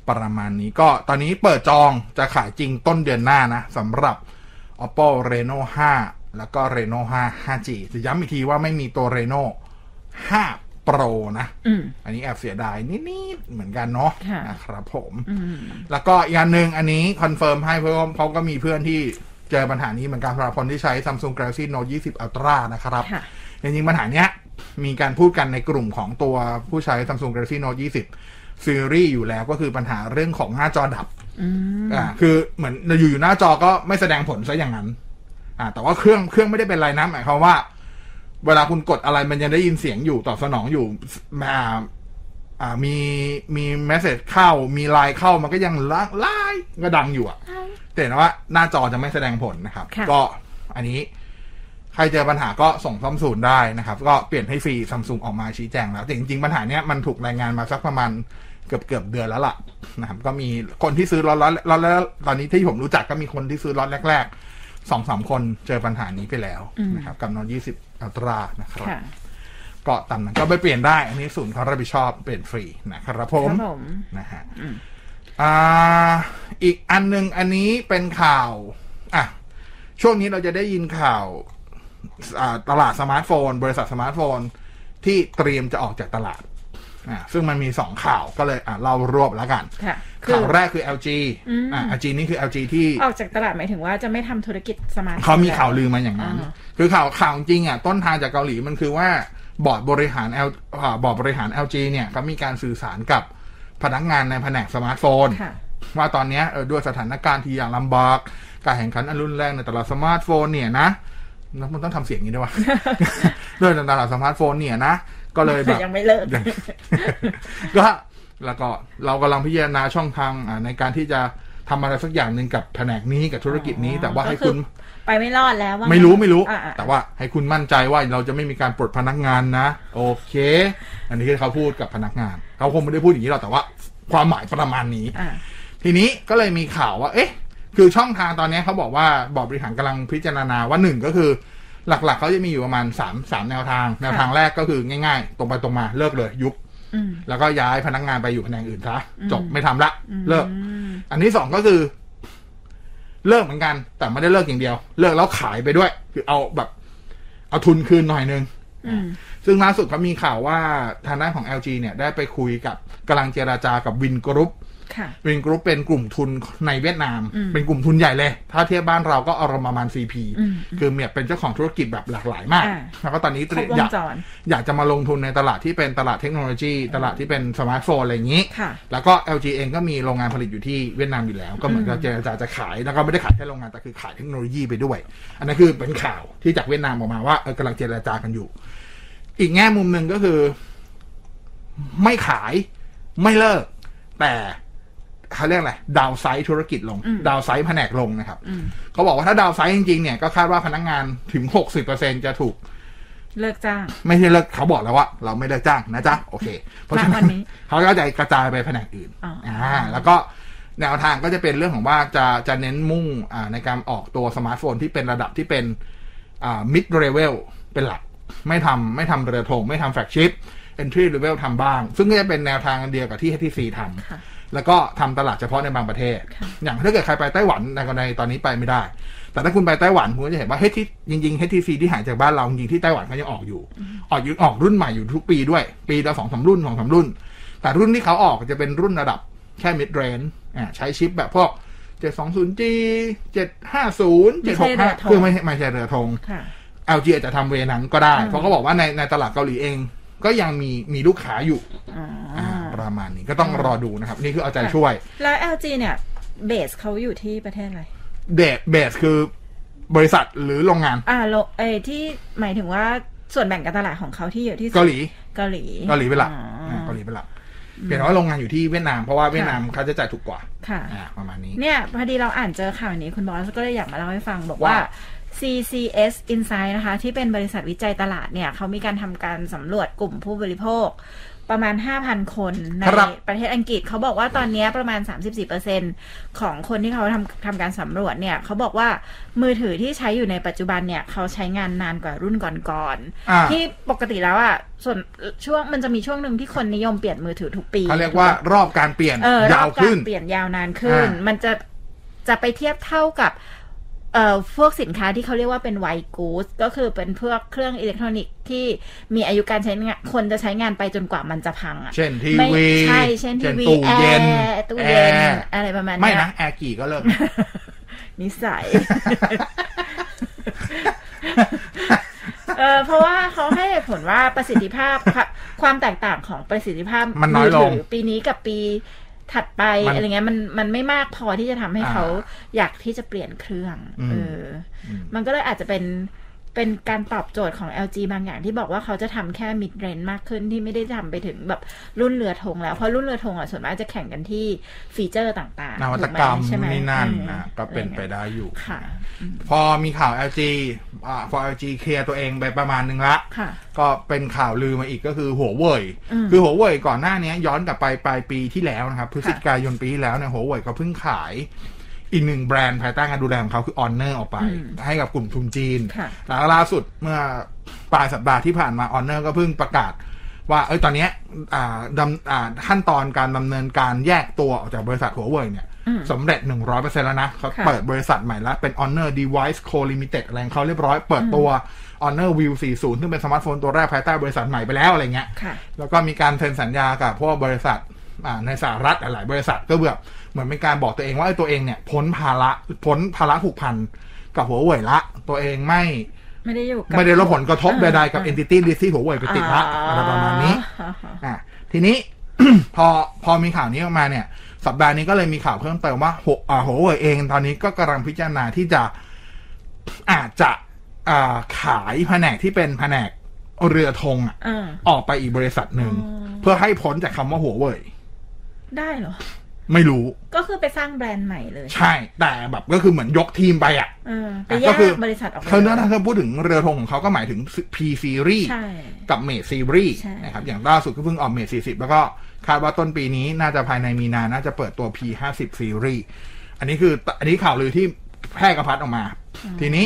S4: ประมาณนี้ก็ตอนนี้เปิดจองจะขายจริงต้นเดือนหน้านะสำหรับ oppo reno 5 แล้วก็ reno 5 5g จะย้ำอีกทีว่าไม่มีตัว reno 5 pro นะ
S3: อืม
S4: อันนี้แอบเสียดายนิด ๆ เหมือนกันเนาะ
S3: ค่ะ
S4: นะครับผม
S3: อืม
S4: แล้วก็อีกอันหนึ่งอันนี้คอนเฟิร์มให้เพราะว่าเขาก็มีเพื่อนที่ เจอปัญหานี้เหมือนกันสำหรับคนที่ใช้ Samsung Galaxy Note 20 Ultra นะครับ
S3: ค่ะ
S4: จริงๆปัญหาเนี้ยมีการพูดกันในกลุ่มของตัวผู้ใช้ Samsung Galaxy Note 20 Series อยู่แล้วก็คือปัญหาเรื่องของหน้าจอดับอ่าคือเหมือนอยู่ๆหน้าจอก็ไม่แสดงผลซะอย่างนั้น อ่า แต่ว่าเครื่องเครื่องไม่ได้เป็นไรนะหมายความว่า เวลาคุณกดอะไรมันยังได้ยินเสียงอยู่ตอบสนองอยู่อ่าอ่ามีมีเมสเซจเข้ามีไลน์เข้ามันก็ยังลไลน์ก็ดังอยู่อะ แต่เห็นว่าหน้าจอจะไม่แสดงผลนะครับ
S3: ค่ะ
S4: ก็อันนี้ ใครเจอปัญหาก็ส่งซ่อมศูนย์ได้นะครับ ก็เปลี่ยนให้ฟรีซัมซุงออกมาชี้แจงแล้วแต่จริงๆ ปัญหาเนี้ยมันถูกรายงานมาสักประมาณเกือบเกือบเดือนแล้วล่ะนะครับ ก็มีคนที่ซื้อล็อตล็อตล็อตแล้วตอนนี้ที่ผมรู้จักก็มีคนที่ซื้อล็อตแรกๆสองสามคนเจอปัญหานี้ไปแล้วนะครับกับนอนยี่สิบอัตรานะครับ
S3: ค่ะ
S4: ก็ตามนั้นก็ไปเปลี่ยนได้ อันนี้ศูนย์เขารับผิดชอบเปลี่ยนฟรีนะครับผ
S3: ครั
S4: ม
S3: บผม
S4: นะฮะอ่า อีกอันหนึ่งอันนี้เป็นข่าว อ่ะ ช่วงนี้เราจะได้ยินข่าวอ่าตลาดสมาร์ทโฟน บริษัทสมาร์ทโฟน ที่เตรียมจะออกจากตลาด อ่าซึ่งมันมีสองข่าวก็เลยอ่ะเรารวบแล้วกัน
S3: ค่ะ
S4: ข่าวแรกคือ LG อ่า LG นี่คือ LG ที่
S3: ออกจากตลาดหมายถึงว่าจะไม่ทำธุรกิจสมาร์ทโฟน
S4: เขามีข่าวลือมาอย่างนั้น
S3: อ่า
S4: คือข่าวข่าวจริงอ่ะ ต้นทางจากเกาหลีมันคือว่าบอร์ดบริหาร L อ่าบอร์ดบริหาร LG เนี่ยเขามีการสื่อสารกับพนักงานในแผนกสมาร์ทโฟน
S3: ค่ะ
S4: ว่าตอนเนี้ยเออด้วยสถานการณ์ที่อย่างลำบาก การแข่งขันอันรุนแรงในตลาดสมาร์ทโฟนเนี่ยนะแล้วมันต้องทำเสียงอย่างนี้ด้วยวะ ด้วยในตลาดสมาร์ทโฟนเนี่ยนะ ก็เลยแบบ
S3: ยังไม่เลิก
S4: อย่าง ก็แล้วก็เรากำลังพิจารณาช่องทางอ่าในการที่จะทำอะไรสักอย่างหนึ่งกับแผนกนี้กับธุรกิจนี้ แต่ว่าให้คุณ
S3: ก็ ไปไม่รอดแล้วว่างั้น
S4: ไม่รู้ไม่รู้
S3: อ่ะอ่ะ
S4: แต่ว่าให้คุณมั่นใจว่าเราจะไม่มีการปลดพนักงานนะ โอเค อันนี้คือเขาพูดกับพนักงาน เขาคงไม่ได้พูดอย่างนี้หรอกแต่ว่า ความหมายประมาณนี้
S3: อ่ะ
S4: ทีนี้ก็เลยมีข่าวว่า เอ๊ะ คือช่องทางตอนนี้เขาบอกว่าบอร์ดบริหารกำลังพิจารณาว่าหนึ่งก็คือ หลักๆเขาจะมีอยู่ประมาณ3ามสามแนวทาง แนวทางแรกก็คือง่าย ๆ ตรงไปตรงมาเลิกเลยยุบ
S3: อืม
S4: แล้วก็ย้ายพนักงานไปอยู่แผนกอื่นซะ
S3: อืม
S4: จบไม่ทำละเลิก
S3: อืม
S4: อันที่สองก็คือ เลิกเหมือนกัน แต่ไม่ได้เลิกอย่างเดียว เลิกแล้วขายไปด้วย คือเอาแบบ เอาทุนคืนหน่อยนึง
S3: อืม
S4: ซึ่งล่าสุดเขามีข่าวว่าทางด้านของ LG เนี่ยได้ไปคุยกับกำลังเจราจากับวินกรุ๊ป
S3: ค่ะ
S4: วินกรุ๊ปเป็นกลุ่มทุนในเวียดนาม
S3: อืม
S4: เป็นกลุ่มทุนใหญ่เลย ถ้าเทียบบ้านเราก็เอารมณ์ประมาณ CP
S3: อืม
S4: คือเนี่ยเป็นเจ้าของธุรกิจแบบหลากหลายมาก
S3: อ่า
S4: แล้วก็ตอนนี้
S3: ค
S4: เต
S3: ร
S4: รี
S3: บ
S4: ยว
S3: ง
S4: มอยาก
S3: จร
S4: อยากจะมาลงทุนในตลาดที่เป็นตลาดเทคโนโลยี ตลาดที่เป็นสมาร์ทโฟนอะไรอย่างนี้
S3: ค่ะ
S4: แล้วก็ LG เองก็มีโรงงานผลิตอยู่ที่เวียดนามอยู่แล้ว ก็เหมือนกับเจรจาจะขาย แล้วก็ไม่ได้ขายแค่โรงงานแต่คือขายเทคโนโลยีไปด้วย อันนั้นคือเป็นข่าวที่จากเวียดนามออกมาว่าเออกำลังเจรจากันอยู่ อีกแง่มุมหนึ่งก็คือ ไม่ขายไม่เลิก แต่เขาเรียกอะไรดาวไซด์ธุรกิจลง
S3: อืม
S4: ดาวไซด์แผนกลงนะครับ
S3: อืม
S4: เขาบอกว่าถ้าดาวไซด์จริงๆเนี่ยก็คาดว่าพนักงานถึงหกสิบเปอร์เซ็นจะถูก
S3: เลิกจ้าง
S4: ไม่ใช่เลิกเขาบอกแล้วว่าเราไม่เลิกจ้างนะจ๊ะโอเค เพราะ
S3: ณ
S4: ฉะ
S3: วั
S4: นั้น น
S3: นี้
S4: เขาก็จะกระจายไปแผนกอื่น
S3: อ๋ออ่
S4: แล้วก็แนวทางก็จะเป็นเรื่องของว่าจะจะเน้นมุ่งอ่าในการออกตัวสมาร์ทโฟนที่เป็นระดับที่เป็นอ่า mid level เป็นหลัก ไม่ทำไม่ทำเรือธงไม่ทำแฟลกชิพ entry level ทำบ้าง ซึ่งก็จะเป็นแนวทางเดียวกับที่ HTC ทำ
S3: ค่ะ
S4: แล้วก็ทำตลาดเฉพาะในบางประเทศ อย่างถ้าเกิดใครไปไต้หวันในกรณีตอนนี้ไปไม่ได้ แต่ถ้าคุณไปไต้หวันคุณก็จะเห็นว่าเฮ้ยที่จริงๆ HTC ที่หายจากบ้านเราจริงๆที่ไต้หวันเขายังออกอยู่ ออกยุออกรุ่นใหม่อยู่ทุกปีด้วย ปีละสองสามรุ่นสองสามรุ่น แต่รุ่นที่เขาออกจะเป็นรุ่นระดับแค่ mid range อ่าใช้ชิปแบบพวก 720G 750
S3: ไม่ใช่เรือธง
S4: 765คือไม่ใช่ไม่ใช่เรือธง
S3: ค่ะ
S4: LG อาจจะทำเวนั้นก็ได้
S3: อืม
S4: เพราะเขาบอกว่าในในตลาดเกาหลีเอง ก็ยังมีมีลูกค้าอยู่
S3: อ๋ออ
S4: อ่าประมาณนี้ก็ต้องรอดูนะครับ นี่คือเอาใจช่วย
S3: แล้ว LG เนี่ยเบสเขาอยู่ที่ประเทศอะไร
S4: เดทเบสคือบริษัทหรือโรงงาน
S3: อ่าโลเอยที่หมายถึงว่าส่วนแบ่งการตลาดของเขาที่อยู่ที่
S4: เกาหลี
S3: เกาหลี
S4: เกาหลีเป็นหลัก
S3: อ๋ออ
S4: าเกาหลีเป็นหลักเปลี่ยนว่าโรงงานอยู่ที่เวียดนามเพราะว่าเวียดนามค่าใช้จ่ายถูกกว่า
S3: ค่ะ
S4: อ่าประมาณนี้
S3: เนี่ย พอดีเราอ่านเจอข่าวนี้คุณบอสก็เลยอยากมาเล่าให้ฟังบอกว่า
S4: ว่า
S3: CCS Insight นะคะ ที่เป็นบริษัทวิจัยตลาดเนี่ย เขามีการทำการสำรวจกลุ่มผู้บริโภค ประมาณ 5,000 คนใน
S4: ครับ
S3: ประเทศอังกฤษเขาบอกว่าตอนเนี้ยประมาณ 34%ของคนที่เขาทำทำการสำรวจเนี่ย เขาบอกว่ามือถือที่ใช้อยู่ในปัจจุบันเนี่ย เขาใช้งานนานกว่ารุ่นก่อน
S4: อ่า
S3: ๆที่ปกติแล้วอ่ะส่วนช่วงมันจะมีช่วงหนึ่งที่คนนิยมเปลี่ยนมือถือทุกปี
S4: เขาเรียกว่ารอบการเปลี่ยน
S3: เออย
S4: าวขึ้น
S3: เปลี่ยนยาวนานขึ้น
S4: อ่า
S3: มันจะจะไปเทียบเท่ากับเอ่อพวกสินค้าที่เขาเรียกว่าเป็นไวกูสก็คือเป็นพวกเครื่องอิเล็กทรอนิกส์ที่มีอายุการใช้งานคนจะใช้งานไปจนกว่ามันจะพังอ่ะ
S4: เช่นทีวี
S3: ไม่ใช่เช่นทีวี
S4: เช่นตู้เย็น
S3: แอร์ตู้เย็น
S4: แอร์
S3: อะไรประมาณ
S4: ไม่
S3: เนี้ย
S4: นะแอร์กี่ก็เลิก
S3: นิสั ย เออเพราะว่าเขาให้เหตุผลว่าประสิทธิภาพ ค่ะความแตกต่างของประสิทธิภาพ
S4: มันน้อยลง
S3: มืถืปีนี้กับปีถัดไป
S4: มัน
S3: อะไรเงี้ยมันมันไม่มากพอที่จะทำให้
S4: อ่า
S3: เขาอยากที่จะเปลี่ยนเครื่อง
S4: อืม
S3: เอออ
S4: ม
S3: มันก็เลยอาจจะเป็นเป็นการตอบโจทย์ของ LG บางอย่างที่บอกว่าเขาจะทำแค่ mid range มากขึ้นที่ไม่ได้ทำไปถึงแบบรุ่นเรือธงแล้ว เพราะรุ่นเรือธงอ่ะส่วนมากจะแข่งกันที่ฟีเจอร์ต่างๆ
S4: นวัต
S3: ถูไห
S4: กรรม
S3: ใช่ไห
S4: นี่นั่น
S3: เออ
S4: นะก็เป็นไป
S3: อะไรงี้ย
S4: ได้อยู่
S3: ค่ะ
S4: พอมีข่าว LG อ่าพอ LG เคลียร์ตัวเองไปประมาณนึงละ
S3: ค่ะ
S4: ก็เป็นข่าวลือมาอีกก็คือหัวเว่ย
S3: อืม
S4: คือหัวเว่ยก่อนหน้านี้ย้อนกลับไปปลายปีที่แล้วนะครับพฤศจิกายนปีที่แล้วเนี่ยหัวเว่ยก็เพิ่งขาย อีกหนึ่งแบรนด์ภายใต้การดูแลของเขาคือ Honor ออกไป
S3: อืม
S4: ให้กับกลุ่มทุนจีน
S3: ค่ะ
S4: แล้วล่าสุดเมื่อปลายสัปดาห์ที่ผ่านมา Honor ก็เพิ่งประกาศ ว่าเอ้ยตอนเนี้ยอ่าดำอ่าขั้นตอนการดำเนินการแยกตัวออกจากบริษัทหัวเว่ยเนี่ย
S3: อืม
S4: สำเร็จ 100%แล้วนะเขา
S3: ค่ะ
S4: เปิดบริษัทใหม่แล้วเป็น Honor Device Co Limited อะไรของเขาเรียบร้อยเปิดตัว Honor View 40 ซึ่งเป็นสมาร์ทโฟนตัวแรกภายใต้บริษัทใหม่ไปแล้วอะไรเงี้ย
S3: ค่ะ
S4: แล้วก็มีการเซ็นสัญญากับพวกบริษัทอ่าในสหรัฐหลายๆบริษัทก็แบบเหมือนเป็นการบอกตัวเองว่าไอ้ตัวเองเนี่ยพ้นภาระพ้นภาระผูกพันกับหัวเว่ยละ ตัวเองไม่
S3: ไม่ได้อยู่กับ
S4: ไม่ได้รับผลกระทบใดๆกับ
S3: อ่า
S4: Entity List ที่หัวเว่ยไปติดละอะไรประมาณนี้
S3: อ่าฮะ
S4: อ่ะทีนี้ พอพอมีข่าวนี้ออกมาเนี่ย สัปดาห์นี้ก็เลยมีข่าวเพิ่มเติมว่าหัวอ่าหัวเว่ยเองตอนนี้ก็กำลังพิจารณาที่จะอาจจะอ่าขายแผนกที่เป็นแผนกเรือธงอ่ะ
S3: อ่า
S4: ออกไปอีกบริษัทหนึ่ง
S3: อ๋อ
S4: เพื่อให้พ้นจากคำว่าหัวเว่ย
S3: ได้เหรอ
S4: ไม่รู้
S3: ก็คือไปสร้างแบรนด์ใหม่เลย
S4: ใช่ แต่แบบก็คือเหมือนยกทีมไปอ่ะ
S3: เออไป
S4: อ่ะ
S3: แย
S4: ก็
S3: ก
S4: คือ
S3: บริษัทออกไป
S4: เขาเนื้อถ้าเธอพูดถึงเรือธงของเขาก็หมายถึง P series
S3: ใช่
S4: กับเมดซีรีส์
S3: ใช่
S4: นะครับอย่างล่าสุดก็เพิ่งออกเมด40 แล้วก็คาดว่าต้นปีนี้น่าจะภายในมีนา น่าจะเปิดตัว P50 ซีรีส์อันนี้คืออันนี้ข่าวลือที่แพร่กระพัดออกมา ทีนี้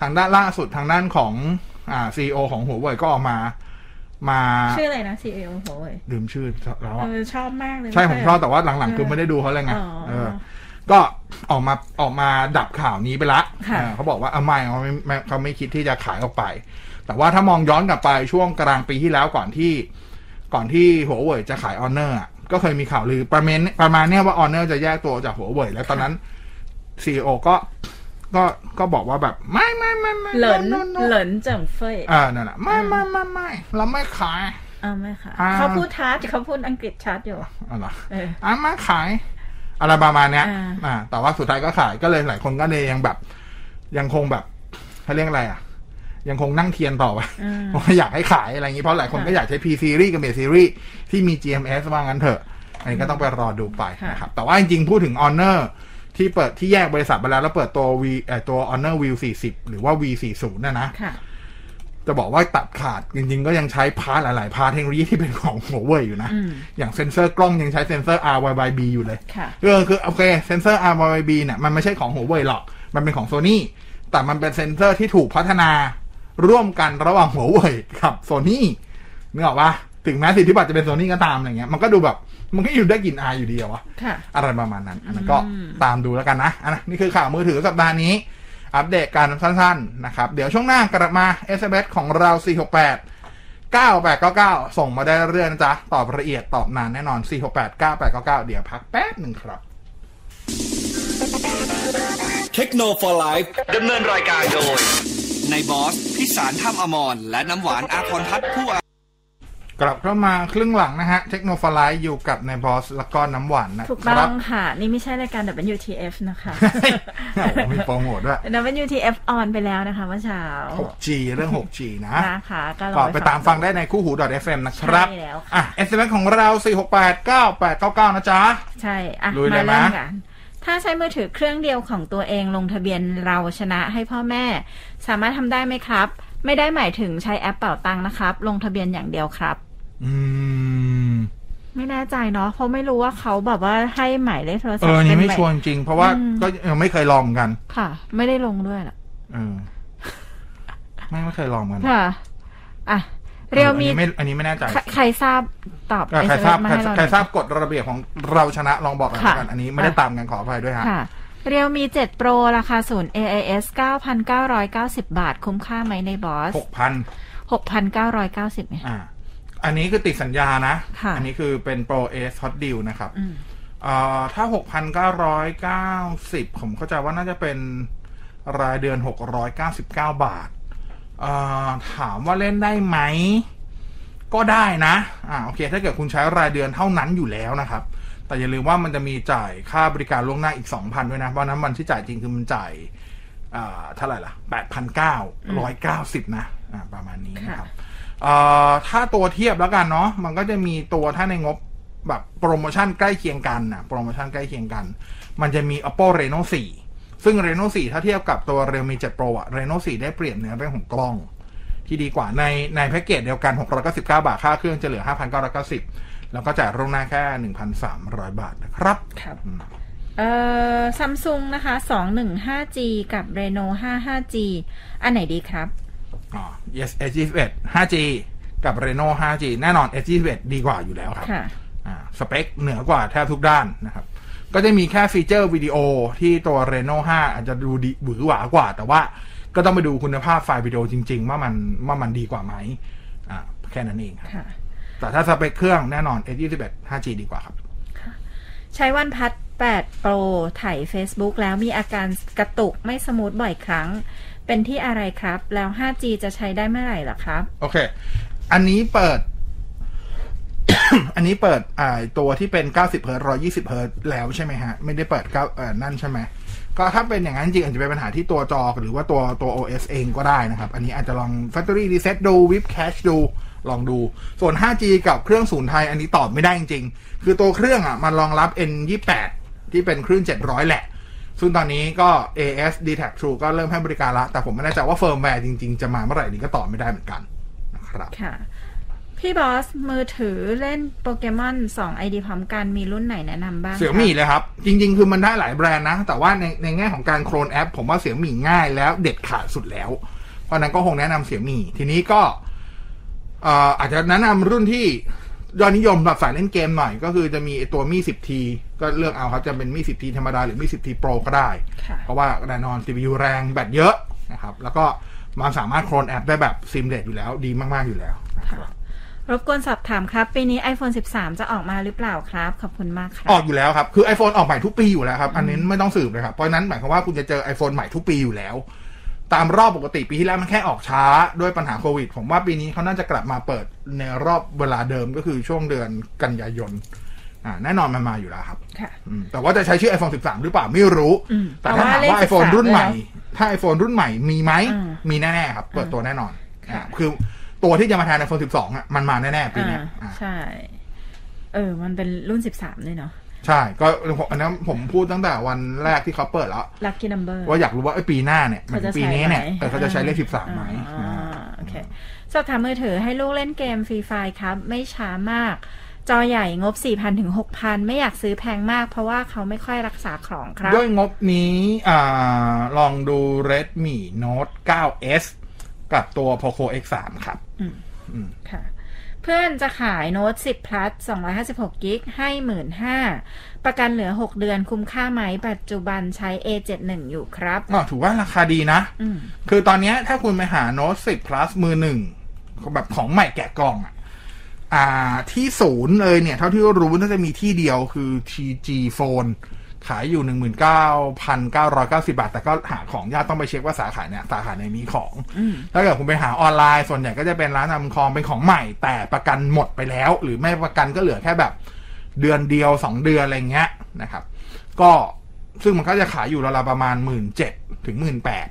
S4: ทางด้านล่าสุดทางด้านของอ่าซีอของหัวเว่ยก็ออกมา มา
S3: ชื่ออะไรนะ CEO โอ้ย
S4: ลืมชื่อแล้ว
S3: เอ
S4: อะ
S3: อชอบมากเลย
S4: ใช่ผมชอบแต่ว่าหลังๆ คือไม่ได้ดูเขาเลยไง
S3: อ๋อ
S4: เออ ก็ออกมาออกมาดับข่าวนี้ไปละ
S3: ค่ะ
S4: เออเขาบอกว่าเอาไม่เขาไม่ไม่เขาไม่คิดที่จะขายออกไป แต่ว่าถ้ามองย้อนกลับไปช่วงกลางปีที่แล้วก่อนที่ ก่อนที่หัวเว่ยจะขายออเนอร์ก็เคยมีข่าวลือประเมินประมาณเนี้ยว่าออเนอร์จะแยกตัวจากหัวเว่ยแล้วตอนนั้นซีอก็ก็ก็บอกว่าแบบไม่ไม่ไม่ไม่
S3: เหลิน
S4: โโโ
S3: เหลินเจิ่งเฟย
S4: เอ่านั่นแหละไม่ไม่ไม่ไม่เราไม่ขาย
S3: เอาไหมคะ
S4: อ่า
S3: เขาพูดทัดเขาพูดอังกฤษชัดอยู่
S4: อ๋อเหรอ
S3: เออ
S4: อ่ะมาขายอะไรประมาณเนี้ย
S3: อ่า
S4: อ่า แต่ว่าสุดท้ายก็ขายก็เลยหลายคนก็เลยยังแบบ ยังคงแบบเขาเรียกอะไรอ่ะ ยังคงนั่งเทียนต่อไป
S3: อืม
S4: เพราะว่าอยากให้ขายอะไรอย่างนี้เพราะหลายคนก็อยากใช้ P series กับ M series ที่มี GMS ว่างั้นเถอะ อันนี้ก็ต้องไปรอดูไป
S3: ค่ะ
S4: นะครับ แต่ว่าจริงๆ พูดถึง Honor ที่เปิดที่แยกบริษัทไปแล้วแล้วเปิดตัว V เอ่อตัว Honor V 40หรือว่า V 40นะนะ
S3: ค่ะ
S4: จะบอกว่าตัดขาดจริงๆ ก็ยังใช้พาร์ทหลายๆ พาร์ทเทคโนโลยีที่เป็นของหัวเว่ยอยู่นะ
S3: อืม
S4: อย่างเซ็นเซอร์กล้องยังใช้เซ็นเซอร์ RYYB อยู่เลย
S3: ค่ะ
S4: เออคือโอเคเซนเซอร์ RYB เนี่ยมันไม่ใช่ของหัวเว่ยหรอก มันเป็นของโซ n y แต่มันเป็นเซนเซอร์ที่ถูกพัฒนาร่วมกันระหว่างหัวเว่ยกับโซ n y นึกออกปะถึงแม้สิทธิบัตรจะเป็นโซ n y ก็ตามอะไรเงี้ยมันก็ดูแบบมันก็อยู่ได้กลิ่นอายอยู่ดีอะวะ
S3: ค่ะ
S4: อะไรประมาณนั้นอันนั้นก็ตามดูแล้วกันนะอันนั้นนี่คือข่าวมือถือสัปดาห์นี้ อัปเดตการสั้นๆนะครับ เดี๋ยวช่วงหน้ากลับมา SMS ของเรา 468 9899 ส่งมาได้เรื่อยนะจ๊ะ ตอบละเอียดตอบนานแน่นอน 468 9899 เดี๋ยวพักแป๊บหนึ่งครับ
S1: เทคโนโลยี
S2: ดำเนินรายการโดย
S1: ในบอสพิสารท่ามอมรและน้ำหวานอาพรพัฒน์ผู้อ
S4: กลับเข้ามาครึ่งหลังนะฮะ เทคโนโลยีอยู่กับนายบอสแล้วก็น้ำหวานนะ
S3: ถูก
S4: ค
S3: ต้
S4: รั
S3: อบ งค่ะ นี่ไม่ใช่รายการ WTF นะคะ
S4: โอ้โหมีโปรโมทด้วย
S3: WTF on ไปแล้วนะคะเมื่อเช้า
S4: 6G เรื่อง 6G นะ
S3: นะคะก็ล
S4: ก็
S3: อง
S4: ไปตามฟังได้ในคู่หู .fm นะครับ
S3: ใช่แล้วค่ะ
S4: อ่ะ SMS ของเรา 4689899 นะจ๊ะ
S3: ใช่อะ
S4: ลุยเลย
S3: มา
S4: นะ
S3: เริ่มกัน ถ้าใช้มือถือเครื่องเดียวของตัวเองลงทะเบียนเราชนะให้พ่อแม่ สามารถทำได้ไหมครับ ไม่ได้หมายถึงใช้แอปเป่าตังค์นะครับ ลงทะเบียนอย่างเดียวครับ
S4: อืม
S3: ไม่แน่ใจเนาะเพราะไม่รู้ว่าเขาแบบว่าให้หมายเลขโทรศั
S4: เอ
S3: พท์
S4: อ นี่
S3: เป็
S4: ไม่
S3: หาย
S4: ชวนจริง เพราะว่า
S3: อืม
S4: ก็ยังไม่เคยลองเหมือนกัน
S3: ค่ะ ไม่ได้ลงด้วยล่ะ
S4: เออ ไม่ไม่เคยลองเหมือนกัน
S3: ค่ะอ่ะเรียวมี
S4: อออันนี้ไม่อันนี้ไม่แน่ใจ
S3: ใครใครทราบตอบ
S4: เออใครทราบ
S3: มา
S4: ใคร
S3: ให้เราห
S4: ใคร
S3: น่อย
S4: ทราบกฎระเบียบของเราชนะลองบอกหน่อยแล้วกัน
S3: ค่ะ
S4: อันนี้ไม่ได้ตามกันขออภัยด้วยฮะ
S3: ค่ะ เรียวมี 7 Pro ราคาศูนย์ AIS 9,990 บาท คุ้มค่าไหมในบอส
S4: หกพัน
S3: 6,990เนี่ย
S4: อ่า อันนี้คือติดสัญญานะ
S3: ค่ะ
S4: อันี้คือเป็น Pro AS Hot Deal นะครับ
S3: อืม
S4: อ่าถ้า 6,990 ผมเข้าใจว่าน่าจะเป็นรายเดือน 699 บาทอ่าถามว่าเล่นได้ไหม ก็ได้นะอ่าโอเค ถ้าเกิดคุณใช้รายเดือนเท่านั้นอยู่แล้วนะครับ แต่อย่าลืมว่ามันจะมีจ่ายค่าบริการล่วงหน้าอีก 2,000 ด้วยนะ เพราะฉะนั้นวันที่จ่ายจริงคือมันจ่ายอ่าเท่าไหร่ล่ะ 8,990 นะอ่าประมาณนี้นะครับ เอ่อถ้าตัวเทียบแล้วกันเนาะมันก็จะมีตัวถ้าในงบแบบโปรโมชั่นใกล้เคียงกันนะโปรโมชั่นใกล้เคียงกัน มันจะมี Oppo Reno 4 ซึ่ง Reno 4 ถ้าเทียบกับตัว Realme 7 Pro อะ Reno 4 ได้เปรียบในเรื่องของกล้อง ที่ดีกว่าในในแพ็กเกจเดียวกัน 699 บาท ค่าเครื่องจะเหลือ 5,990 แล้วก็จ่ายร่วงหน้าแค่ 1,300 บาทนะครับ
S3: ครับ เอ่อซัมซุงนะคะ 215G กับ Reno 55G อันไหนดีครับ
S4: อ๋อ yes S21 5G กับ Reno 5G แน่นอน S21 ดีกว่าอยู่แล้วครับ
S3: ค่ะ
S4: อ่าสเปคเหนือกว่าแทบทุกด้านนะครับ ก็จะมีแค่ฟีเจอร์วิดีโอที่ตัว Reno 5 อาจจะดูดีหวือหวากว่า แต่ว่าก็ต้องไปดูคุณภาพไฟล์วิดีโอจริง ๆ ว่ามันว่ามันดีกว่าไหมอ่าแค่นั้นเองครับ
S3: ค่ะ
S4: แต่ถ้าสเปคเครื่องแน่นอน S21 5G ดีกว่าครับ
S3: ใช้วันพัด8 Pro ถ่าย Facebook แล้วมีอาการกระตุกไม่สมูทบ่อยครั้ง เป็นที่อะไรครับ แล้ว 5G จะใช้ได้เมื่อไหร่ล่ะครับ
S4: โอเค อันนี้เปิด อันนี้เปิดอ่าตัวที่เป็น 90 เฮิร์ต120 เฮิร์ตแล้วใช่ไหมฮะ ไม่ได้เปิดเก้าเอ่อนั่นใช่ไหม ก็ถ้าเป็นอย่างนั้นจริงอาจจะเป็นปัญหาที่ตัวจอ หรือว่าตัวตัว OS เองก็ได้นะครับ อันนี้อาจจะลอง Factory Reset ดู Whip Cache ดู ลองดู ส่วน 5G กับเครื่องศูนย์ไทย อันนี้ตอบไม่ได้จริงๆ คือตัวเครื่องอ่ะมันรองรับ N28 ที่เป็นคลื่น 700 แหละ ซึ่งตอนนี้ก็ AS d t a c True ก็เริ่มให้บริการละ แต่ผมไม่แน่ใจว่าเฟิร์มแวร์จริง ๆ จะมาเมื่อไหร่นี้ก็ตอบไม่ได้เหมือนกันนะครับ
S3: ค่ะ พี่บอสมือถือเล่นโปเกมอน2 ID พร้อมกันมีรุ่นไหนแนะนำบ้างครับ
S4: เสี่ยมี่เลยครับ จริง ๆ คือมันได้หลายแบรนด์นะ แต่ว่าในในแง่ของการโคลนแอป ผมว่าเสี่ยมี่ง่ายแล้วเด็ดขาดสุดแล้ว เพราะฉะนั้นก็คงแนะนำเสี่ยมี่ทีนี้ก็เอ่ออาจจะแนะนำรุ่นที่ยอดนิยมแบบสายเล่นเกมหน่อย ก็คือจะมีไอ้ตัวมี่สิบทีก็เลือกเอาครับจะเป็นมี่สิบทีธรรมดาหรือมี่สิบทีโปรก็ได้
S3: ค่ะ
S4: เพราะว่าแน่นอน CPU แรงแบตเยอะนะครับแล้วก็มันสามารถโคลนแอปได้แบบซิมเดตอยู่แล้วดีมากๆอยู่แล้วนะครับ
S3: รบกวนสอบถามครับ ปีนี้ iPhone 13 จะออกมาหรือเปล่าครับ ขอบคุณมากครั
S4: ออบ กอยู่แล้วครับ คือ iPhone ออกใหม่ทุกปีอยู่แล้วครับ อันนี้ไม่ต้องสืบเลยครับ เพราะฉะนั้นหมายความว่าคุณจะเจอ iPhone ใหม่ทุกปีอยู่แล้ว ตามรอบปกติปีที่แล้วมันแค่ออกช้าด้วยปัญหาโควิด ผมว่าปีนี้เขาน่าจะกลับมาเปิดในรอบเวลาเดิมก็คือช่วงเดือนกันยายนอ่าแน่นอนมันมาอยู่แล้วครับ
S3: ค่ะ
S4: อืมแต่ว่าจะใช้ชื่อ iPhone 13 หรือเปล่าไม่รู้
S3: อืม
S4: แต่ถ้าถาม
S3: แต่ว่า
S4: ว่า
S3: เลข
S4: iPhone
S3: 13
S4: รุ่นใหม่ ถ้า iPhone รุ่นใหม่มีไหม
S3: อืม
S4: มีแน่ๆครับ เปิดตัวแน่นอน
S3: ค่ะ
S4: อ่าคือตัวที่จะมาแทน iPhone 12อ่ะมันมาแน่ๆปี
S3: อ่า
S4: เนี้ยอ่า
S3: ใช่ เออ มันเป็นรุ่น 13 ด้วยเนาะ
S4: ใช่ ก็ผมอันนั้นผมพูดตั้งแต่วันแรกที่เขาเปิดแล้ว
S3: Lucky Number
S4: ว่าอยากรู้ว่าไอ้ยปีหน้าเนี่ยหมาย
S3: เขาจะใช้
S4: ถึงปีนี้เนี่ย
S3: ไหม
S4: เออเขาจะใช้เลขสิบสามไหม
S3: อ่า
S4: อ่า
S3: โอเค สอบถามมือถือให้ลูกเล่นเกมฟรีไฟครับ ไม่ช้ามาก จอใหญ่งบ 4,000ถึง6,000 ไม่อยากซื้อแพงมาก เพราะว่าเขาไม่ค่อยรักษาของครับ
S4: ด้วยงบนี้อ่าลองดู Redmi Note 9s กับตัว Poco X3 ครับ
S3: ค่ะ เพื่อนจะขายโน้ต10 plus 256กิกให้ 15,000ประกันเหลือ 6 เดือนคุ้มค่าไหม ปัจจุบันใช้ A71 อยู่ครับ
S4: ก็ถือว่าราคาดีนะ
S3: อืม
S4: คือตอนเนี้ยถ้าคุณไปหาโน้ต10 plus มือหนึ่งแบบของใหม่แกะกล่องอะอ่าที่ศูนย์เลยเนี่ย เท่าที่รู้น่าจะมีที่เดียวคือ TG Phone ขายอยู่ 19,990 บาท แต่ก็หาของยากต้องไปเช็คว่าสาขาเนี่ยสาขาไหนมีของ
S3: อืม
S4: ถ้าเกิดคุณไปหาออนไลน์ส่วนใหญ่ก็จะเป็นร้านนำคลองเป็นของใหม่ แต่ประกันหมดไปแล้ว หรือไม่ประกันก็เหลือแค่แบบ เดือนเดียวสองเดือนอะไรเงี้ยนะครับ ก็ซึ่งมันก็จะขายอยู่ราวๆประมาณหมื่นเจ็ดถึงหมื่นแปด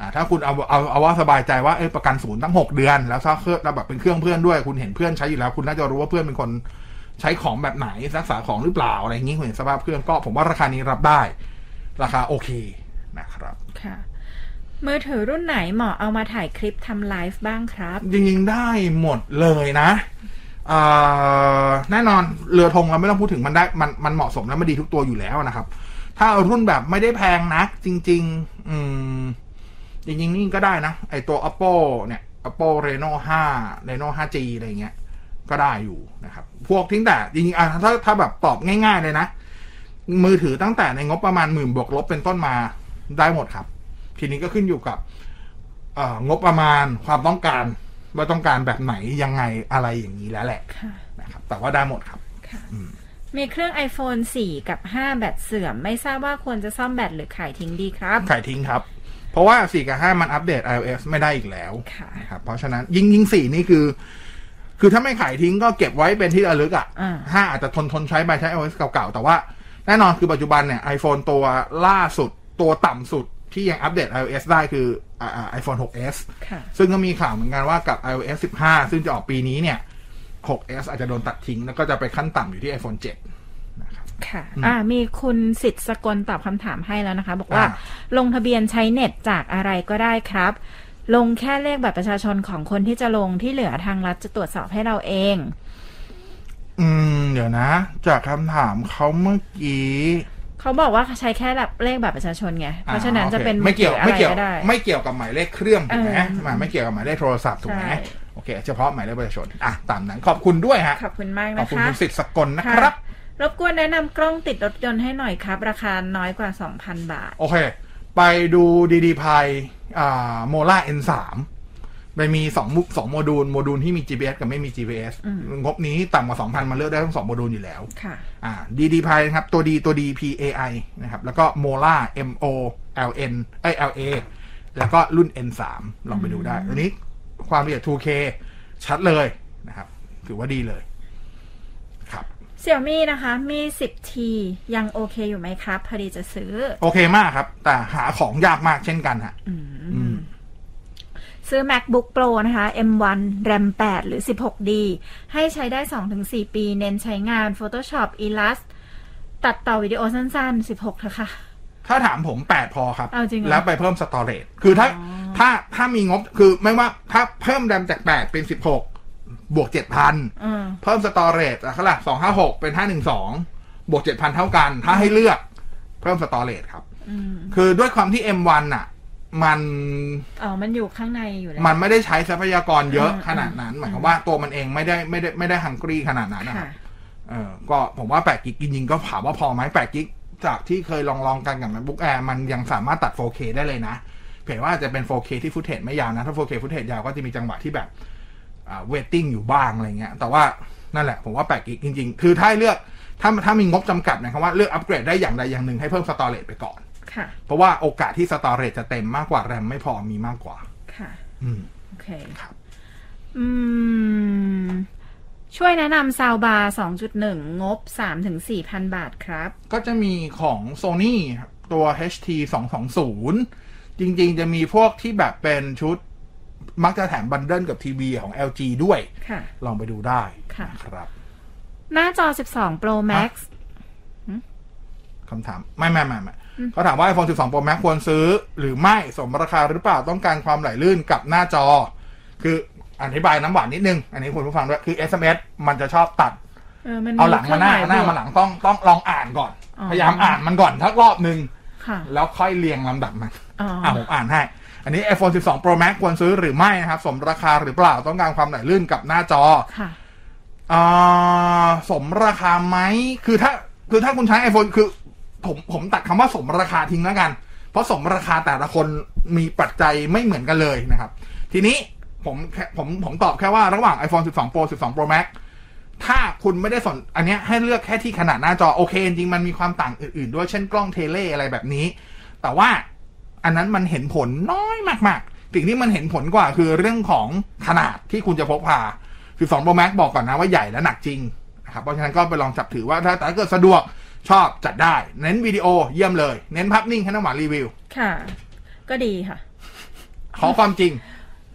S4: อ่าถ้าคุณเอาเอาเอาว่าสบายใจว่าเอ้ยประกันศูนย์ตั้งหกเดือน แล้วถ้าเครื่องแล้วแบบเป็นเครื่องเพื่อนด้วย คุณเห็นเพื่อนใช้อยู่แล้ว คุณน่าจะรู้ว่าเพื่อนเป็นคนใช้ของแบบไหนรักษาของหรือเปล่าอะไรอย่างงี้คุณเห็นสภาพเครื่องก็ผมว่าราคานี้รับได้ ราคาโอเคนะครับ
S3: ค่ะ มือถือรุ่นไหนเหมาะเอามาถ่ายคลิปทำไลฟ์บ้างครับ
S4: จริงๆได้หมดเลยนะเอ่อแน่นอนเรือธงเราไม่ต้องพูดถึงมันได้มันมันเหมาะสมและมันดีทุกตัวอยู่แล้วนะครับ ถ้าเอารุ่นแบบไม่ได้แพงนะ จริง ๆ อืม จริงๆนี่ก็ได้นะ ไอตัว Oppo เนี่ย Oppo Reno 5 Reno 5G อะไรเงี้ย ก็ได้อยู่นะครับ พวกทิ้งแต่จริงๆอ่ะถ้าถ้าแบบตอบง่าย ๆ เลยนะ มือถือตั้งแต่ในงบประมาณหมื่นบวกลบเป็นต้นมาได้หมดครับ ทีนี้ก็ขึ้นอยู่กับ เอ่องบประมาณความต้องการว่าต้องการแบบไหนยังไงอะไรอย่างนี้แล้วแหละ
S3: ค่ะ
S4: นะครับแต่ว่าได้หมดครับ
S3: ค่ะ มีเครื่อง iPhone 4 กับ 5 แบตเสื่อม ไม่ทราบว่าควรจะซ่อมแบตหรือขายทิ้งดีครับ
S4: ขายทิ้งครับ เพราะว่า 4 กับ 5 มันอัปเดต iOS ไม่ได้อีกแล้ว
S3: ค่ะ
S4: นะครับเพราะฉะนั้นยิ่งยิ่ง4 นี่คือ คือถ้าไม่ขายทิ้งก็เก็บไว้เป็นที่ระลึกอ่ะ
S3: อ่า
S4: ห้าอาจจะทนทนใช้ไปใช้ iOS เก่าๆ แต่ว่าแน่นอนคือปัจจุบันเนี่ย iPhone ตัวล่าสุดตัวต่ำสุดที่ยังอัปเดต iOS ได้คืออ่า iPhone 6s
S3: ค่ะ
S4: ซึ่งก็มีข่าวเหมือนกันว่ากับ iOS 15 ซึ่งจะออกปีนี้เนี่ย 6s อาจจะโดนตัดทิ้ง แล้วก็จะไปขั้นต่ำอยู่ที่ iPhone 7
S3: ค่ะ อ่า มีคุณสิทธิ์สกลตอบคำถามให้แล้วนะคะ บอกว่า
S4: อ่า
S3: ลงทะเบียนใช้เน็ตจากอะไรก็ได้ครับ ลงแค่เลขบัตรประชาชนของคนที่จะลงที่เหลือทางรัฐจะตรวจสอบให้เราเอง
S4: อืม เดี๋ยวนะ จากคำถามเขาเมื่อกี้
S3: เขาบอกว่าใช้แค่แบบเลขบัตรประชาชนไง เพราะฉะนั้น
S4: อ่
S3: จะเป็น
S4: โอคไม่เกี่ยว
S3: อะ
S4: ไม่
S3: ไร
S4: เกี่ยว
S3: ก็ได้
S4: ไม่เกี่ยวกับหมายเลขเครื่องถูกไหม
S3: เออ
S4: หมายไม่เกี่ยวกับหมายเลขโทรศัพท์ถูกไหม
S3: ใช่
S4: โอเค เฉพาะหมายเลขประชาชนอ่ะตามนั้นขอบคุณด้วยฮะ
S3: ขอบคุณมาก
S4: ข
S3: นะ
S4: อบคุณ
S3: คะ
S4: คุณสิทธิ์สกลนะ
S3: ค่ะ
S4: ครับ
S3: รบกวนแนะนำกล้องติดรถยนต์ให้หน่อยครับ ราคาน้อยกว่า 2,000 บาท
S4: โอเค ไปดูดีดีพายอ่าโมล่า N3 มันมีสองมุกสองโมดูลโมดูลที่มี GPS กับไม่มี GPS
S3: อืม
S4: งบนี้ต่ำกว่า2,000มันเลือกได้ทั้งสองโมดูลอยู่แล้ว
S3: ค่ะ
S4: อ่า DD Pi นะครับ ตัว D ตัว D P A I นะครับ แล้วก็ Mola M O L N ไอย L A แล้วก็รุ่น N 3ลองไปดูได้อันนี้ความละเอียด 2K ชัดเลยนะครับ ถือว่าดีเลย ครับ
S3: เสี่ยมี่นะคะ มี 10T ยังโอเคอยู่ไหมครับ พอดีจะซื้อ
S4: โอเคมากครับ แต่หาของยากมากเช่นกันฮะอืม
S3: ซื้อ MacBook Pro นะคะ M1 RAM 8 หรือ 16D ให้ใช้ได้ 2-4 ปี เน้นใช้งาน Photoshop Illust ตัดต่อวิดีโอสั้นๆ 16เถอะค่ะ
S4: ถ้าถามผมแปดพอครับ
S3: เอาจริงเหรอ
S4: แล้วไปเพิ่มสตอเรจคือถ้าถ้าถ้ามีงบคือไม่ว่าถ้าเพิ่มแรมจากแปดเป็นสิบหกบวกเจ็ดพัน
S3: อืม
S4: เพิ่มสตอเรจอะเท่าไหร่สองห้าหกเป็นห้าหนึ่งสองบวกเจ็ดพันเท่ากัน ถ้าให้เลือกเพิ่มสตอเรจครับ
S3: อืม
S4: คือด้วยความที่ M1 อ่ะ มัน
S3: อ๋อ มันอยู่ข้างในอยู่แล้ว
S4: มันไม่ได้ใช้ทรัพยากรเยอะ
S3: อืม
S4: ขนาดนั้น หมายความว่าตัวมันเองไม่ได้ไม่ได้ไม่ได้ฮังกรีขนาดนั้นนะค
S3: ค่ะ
S4: รับ เออก็ผมว่า 8 กิกจริงๆก็ถามว่าพอไหม8กิกจากที่เคยลองลองๆกันกับ MacBook Air มันยังสามารถตัด 4K ได้เลยนะ เพียงว่าอาจจะเป็น 4K ที่ฟุตเทจไม่ยาวนะ ถ้า 4K ฟุตเทจยาวก็จะมีจังหวะที่แบบอ่าเวทติ้งอยู่บ้างอะไรเงี้ย แต่ว่านั่นแหละ ผมว่า 8 กิกจริงๆ คือถ้าให้เลือกถ้าถ้ามีงบจำกัดนะครับว่าเลือกอัปเกรดได้อย่างใดอย่างหนึ่งให้เพิ่มสตอเรจไปก่อน
S3: ค่ะ
S4: เพราะว่าโอกาสที่สตอเรจจะเต็มมากกว่าแรมไม่พอมีมากกว่า
S3: ค่ะ
S4: อืม
S3: โอเค
S4: ครับ
S3: อืม ช่วยแนะนำซาวบาร์2.1 งบ 3-4พันบาทครับ
S4: ก็จะมีของ Sony ครับตัว HT 220 จริงๆ จะมีพวกที่แบบเป็นชุด มักจะแถมบันเดิลกับทีวีของ LG ด้วย
S3: ค่ะ
S4: ลองไปดูได้
S3: ค่ะ
S4: นะครับ
S3: หน้าจอ 12 Pro Max
S4: คำถาม ไม่ไม่ไม่ไม่เขาถามว่า iPhone 12 Pro Max ควรซื้อ หรือไม่สมราคาหรือเปล่าต้องการความไหลลื่นกับหน้าจอ คืออธิบายน้ำหวานนิดนึง อันนี้คุณผู้ฟังด้วย คือ SMS มันจะชอบตัด
S3: เออ มัน
S4: เอาหลังมาหน้า
S3: เครื่อ
S4: หน้า
S3: บวก
S4: มาหลังต้องต้องลองอ่านก่อน
S3: อ๋อ
S4: พยายามอ่านมันก่อนทักรอบนึง
S3: ค่ะ
S4: แล้วค่อยเรียงลำดับมัน
S3: อ๋ออ
S4: อ่ะผมอ่านให้ อันนี้ iPhone 12 Pro Max ควรซื้อหรือไม่นะครับ สมราคาหรือเปล่าต้องการความไหลลื่นกับหน้าจอ
S3: ค่ะ
S4: อ่าสมราคาไหมคือถ้าคือถ้าคุณใช้ iPhone คือ ผมผมตัดคำว่าสมราคาทิ้งแล้วกัน เพราะสมราคาแต่ละคนมีปัจจัยไม่เหมือนกันเลยนะครับ ทีนี้ผมแค่ผมผมตอบแค่ว่าระหว่าง iPhone 12 Pro 12 Pro Max ถ้าคุณไม่ได้สนอันเนี้ยให้เลือกแค่ที่ขนาดหน้าจอโอเค จริงๆมันมีความต่างอื่นๆ ด้วยเช่นกล้องเทเลอะไรแบบนี้ แต่ว่าอันนั้นมันเห็นผลน้อยมากๆ สิ่งที่มันเห็นผลกว่าคือเรื่องของขนาดที่คุณจะพกพา 12 Pro Max บอกก่อนนะว่าใหญ่และหนักจริงนะครับเพราะฉะนั้นก็ไปลองจับถือว่าถ้าแต่ถ้าเกิดสะดวกชอบจัดได้ เน้นวิดีโอเยี่ยมเลย เน้นภาพนิ่งให้น้ำหวานรีวิว
S3: ค่ะ ก็ดีค่ะ
S4: ขอความจริง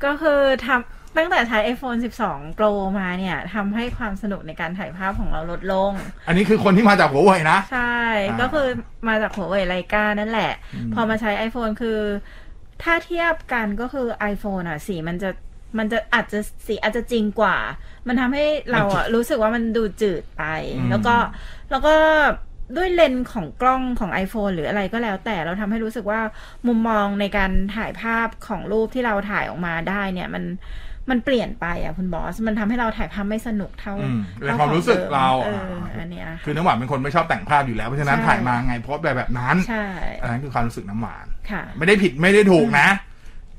S3: ก็คือทำตั้งแต่ใช้ iPhone 12 Pro มาเนี่ยทำให้ความสนุกในการถ่ายภาพของเราลดลง
S4: อันนี้คือคนที่มาจากหัวเว่ยนะ
S3: ใช่
S4: อ่า
S3: ก็คือมาจากหัวเว่ยไลกานั่นแหละ พอมาใช้ iPhone คือ ถ้าเทียบกันก็คือ iPhone อ่ะ สีมันจะมันจะอาจจะสีอาจจะจริงกว่า มันทำให้เราอ่ะรู้สึกว่ามันดูจืดไป
S4: อืม
S3: แล้วก็แล้วก็ด้วยเลนส์ของกล้องของ iPhone หรืออะไรก็แล้ว แต่เราทำให้รู้สึกว่ามุมมองในการถ่ายภาพของรูปที่เราถ่ายออกมาได้เนี่ยมันมันเปลี่ยนไปอ่ะคุณบอสมันทำให้เราถ่ายภาพไม่สนุกเท่า
S4: อืมเป็น
S3: ท่
S4: ความรู้สึก
S3: ของดิม
S4: เรา
S3: เอ
S4: อ่ะ
S3: ออันเนี้ย
S4: คือน้ำหวานเป็นคนไม่ชอบแต่งภาพอยู่แล้วเพราะฉะนั้น
S3: ใช่
S4: ถ่ายมาไงโพสต์ไปแบบนั้น
S3: ใช่
S4: อันนั้นคือความรู้สึกน้ำหวาน
S3: ค่ะ
S4: ไม่ได้ผิดไม่ได้ถูกนะ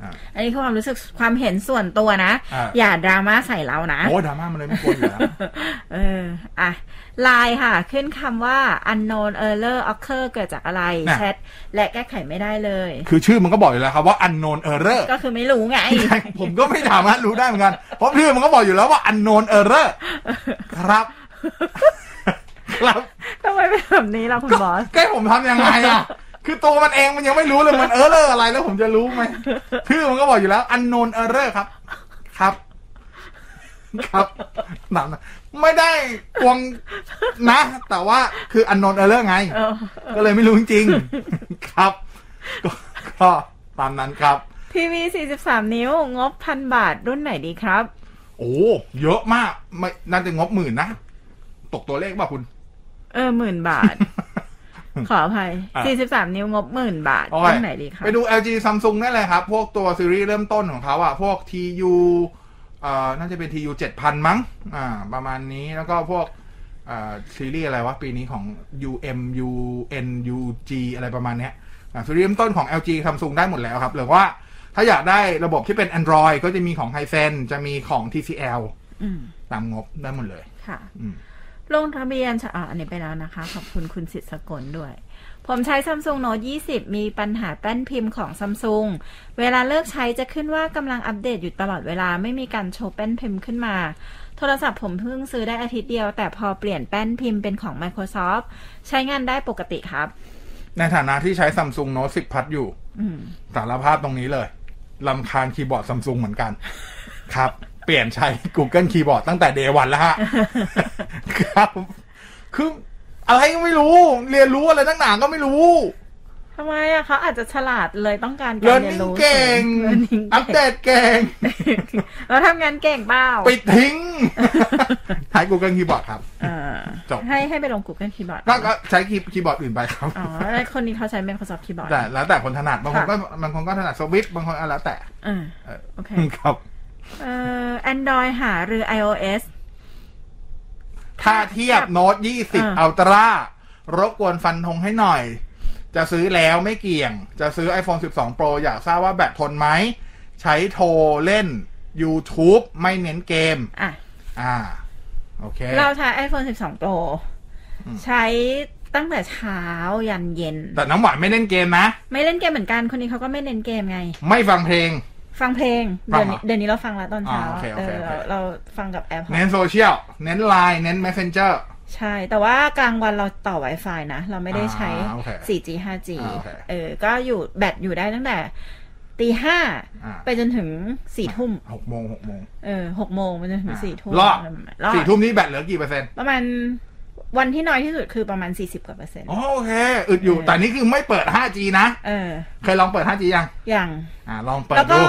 S4: อ่า
S3: อันนี้คือความรู้สึกความเห็นส่วนตัวนะ
S4: อ่ะ
S3: อย่าดราม่าใส่เรานะ
S4: โอ้ดราม่ามันเลยไม่ควรอยู่แล้ว
S3: เออ อ่ะไลน์ค่ะ ขึ้นคำว่า unknown error occur เกิดจากอะไร
S4: น่ะ
S3: แชท และแก้ไขไม่ได้เลย
S4: คือชื่อมันก็บอกอยู่แล้วครับว่า unknown error
S3: ก็คือไม่รู้ ไง
S4: ผมก็ไม่สามารถรู้ได้เหมือนกัน เพราะชื่อมันก็บอกอยู่แล้วว่า unknown error ครับ ครับ
S3: ทำไมเป็นแบบนี้ล่ะคุณบอส
S4: ใกล้ผมทำยังไงอ่ะ คือตัวมันเองมันยังไม่รู้เลยมันเออเลอร์อะไรแล้วผมจะรู้ไหมชื่อมันก็บอกอยู่แล้ว unknown error ครับ ครับ ครับหนักนะไม่ได้กวงนะ แต่ว่าคือ unknown error ไง
S3: เออ
S4: ก็เลยไม่รู้จริงๆครับก็ก็ตามนั้นครับ
S3: ทีวี 43 นิ้ว งบพันบาทรุ่นไหนดีครับ
S4: โอ้เยอะมากไม่น่าจะงบหมื่นนะ ตกตัวเลขป่ะคุณ
S3: เออหมื่นบาท ขออภัย
S4: อ่ะ
S3: 43 นิ้วงบหมื่นบาท
S4: โอ้ย
S3: รุ่นไหนดีครับ
S4: ไปดู LG Samsung ได้เลยครับ พวกตัวซีรีส์เริ่มต้นของเขาอะพวก TU เอ่อน่าจะเป็น TU 7,000 มั้ง อ่า ประมาณนี้แล้วก็พวกเอ่อซีรีส์อะไรวะ ปีนี้ของ UM UN UG อะไรประมาณเนี้ยอ่าซีรีส์เริ่มต้นของ LG Samsung ได้หมดแล้วครับ หรือว่าถ้าอยากได้ระบบที่เป็น Android ก็จะมีของ Hisense จะมีของ TCL
S3: อืม
S4: ตามงบได้หมดเลย
S3: ค่ะ
S4: อืม
S3: ลงทะเบียนจะอ่ะอันนี้ไปแล้วนะคะ ขอบคุณคุณสิทธิสกลด้วย ผมใช้ Samsung Note 20 มีปัญหาแป้นพิมพ์ของ Samsung เวลาเลิกใช้จะขึ้นว่ากำลังอัปเดตอยู่ตลอดเวลาไม่มีการโชว์แป้นพิมพ์ขึ้นมา โทรศัพท์ผมเพิ่งซื้อได้อาทิตย์เดียว แต่พอเปลี่ยนแป้นพิมพ์เป็นของ Microsoft ใช้งานได้ปกติครับ
S4: ในฐานะที่ใช้ Samsung Note 10 พัดอยู่
S3: อืม
S4: สารภาพตรงนี้เลยลำคาญคีย์บอร์ดซัมซุงเหมือนกัน ครับ เปลี่ยนใช้ Google คีย์บอร์ดตั้งแต่เดวันแล้วฮะ ครับคืออะไรก็ไม่รู้ เรียนรู้อะไรตั้งหนาก็ไม่รู้
S3: ทำไมอะเขาอาจจะฉลาดเลยต้องการการเรียน
S4: learning
S3: รู้
S4: เก่ง
S3: เรียนรู้
S4: อัปเดตเก่ง
S3: แล้วทำง านเก่งเปล่า
S4: ปิดทิ้ง ใช้ Google คีย์บอร์ดครับ
S3: เออ
S4: จบ
S3: ให้ให้ไปลง Google Keyboard
S4: แล้วก็ใช้คีย์คีย์บอร์ดอื่นไปครับ
S3: อ๋อแล้วคนนี้เขาใช้ Microsoft Keyboard
S4: แต่แล้วแต่คนถนัด บางคน
S3: ค่ะ
S4: ก็บางคนก็ถนัดสวิตช์บางคนอะไรแล้วแต่
S3: อ่า
S4: เออ
S3: โอเค
S4: ครับ
S3: เอ่อ Android หาหรือ iOS
S4: ถ้าเทียบโน้ตยี่สิบ
S3: อ่า
S4: อัลตร้ารบกวนฟันธงให้หน่อย จะซื้อแล้วไม่เกี่ยง จะซื้อ iPhone 12 Pro อยากทราบว่าแบตทนไหม ใช้โทรเล่น YouTube ไม่เน้นเกม
S3: อ่ะ
S4: อ่า โอเค
S3: เราใช้ iPhone 12 Pro ใช้ตั้งแต่เช้ายันเย็น
S4: แต่น้ำหวานไม่เล่นเกมนะ
S3: ไม่เล่นเกมเหมือนกัน คนนี้เขาก็ไม่เล่นเกมไง
S4: ไม่ฟังเพลง
S3: ฟังเพลง
S4: ฟั
S3: เดี๋ยวนี้
S4: งเหรอ
S3: เดี๋ยวนี้เราฟังแล้วตอนเช้า
S4: อ่าโอเคโอ
S3: เอ
S4: เค
S3: อ
S4: โอเค
S3: เราเราฟังกับแอป
S4: เน้นโซเชียล เน้นไลน์ เน้น Messenger
S3: ใช่ แต่ว่ากลางวันเราต่อ Wi-Fi นะ เราไม่ได้ใช้
S4: อ่าโอเค
S3: 4G 5G
S4: อ่าโอเค
S3: เออ ก็อยู่แบตอยู่ได้ตั้งแต่ตีห้า
S4: อ่า
S3: ไปจนถึงสี่ทุ่ม
S4: หกโมงหกโมง
S3: เออหกโมงไปจนถึง
S4: อ่า
S3: สี่ทุ่ม
S4: รอด
S3: รอด
S4: สี่ทุ่มนี้แบตเหลือกี่เปอร์เซ็นต์
S3: ประมาณวันที่น้อยที่สุดคือประมาณ 40 กว่าเปอร์เซ็นต์
S4: อ๋อโอเค อึดอยู่
S3: เออ
S4: แต่นี่คือไม่เปิด 5G นะ
S3: เออ
S4: เคยลองเปิด 5G ยัง
S3: อย่าง
S4: อ่า ลองเปิด
S3: แล้วก็
S4: ดู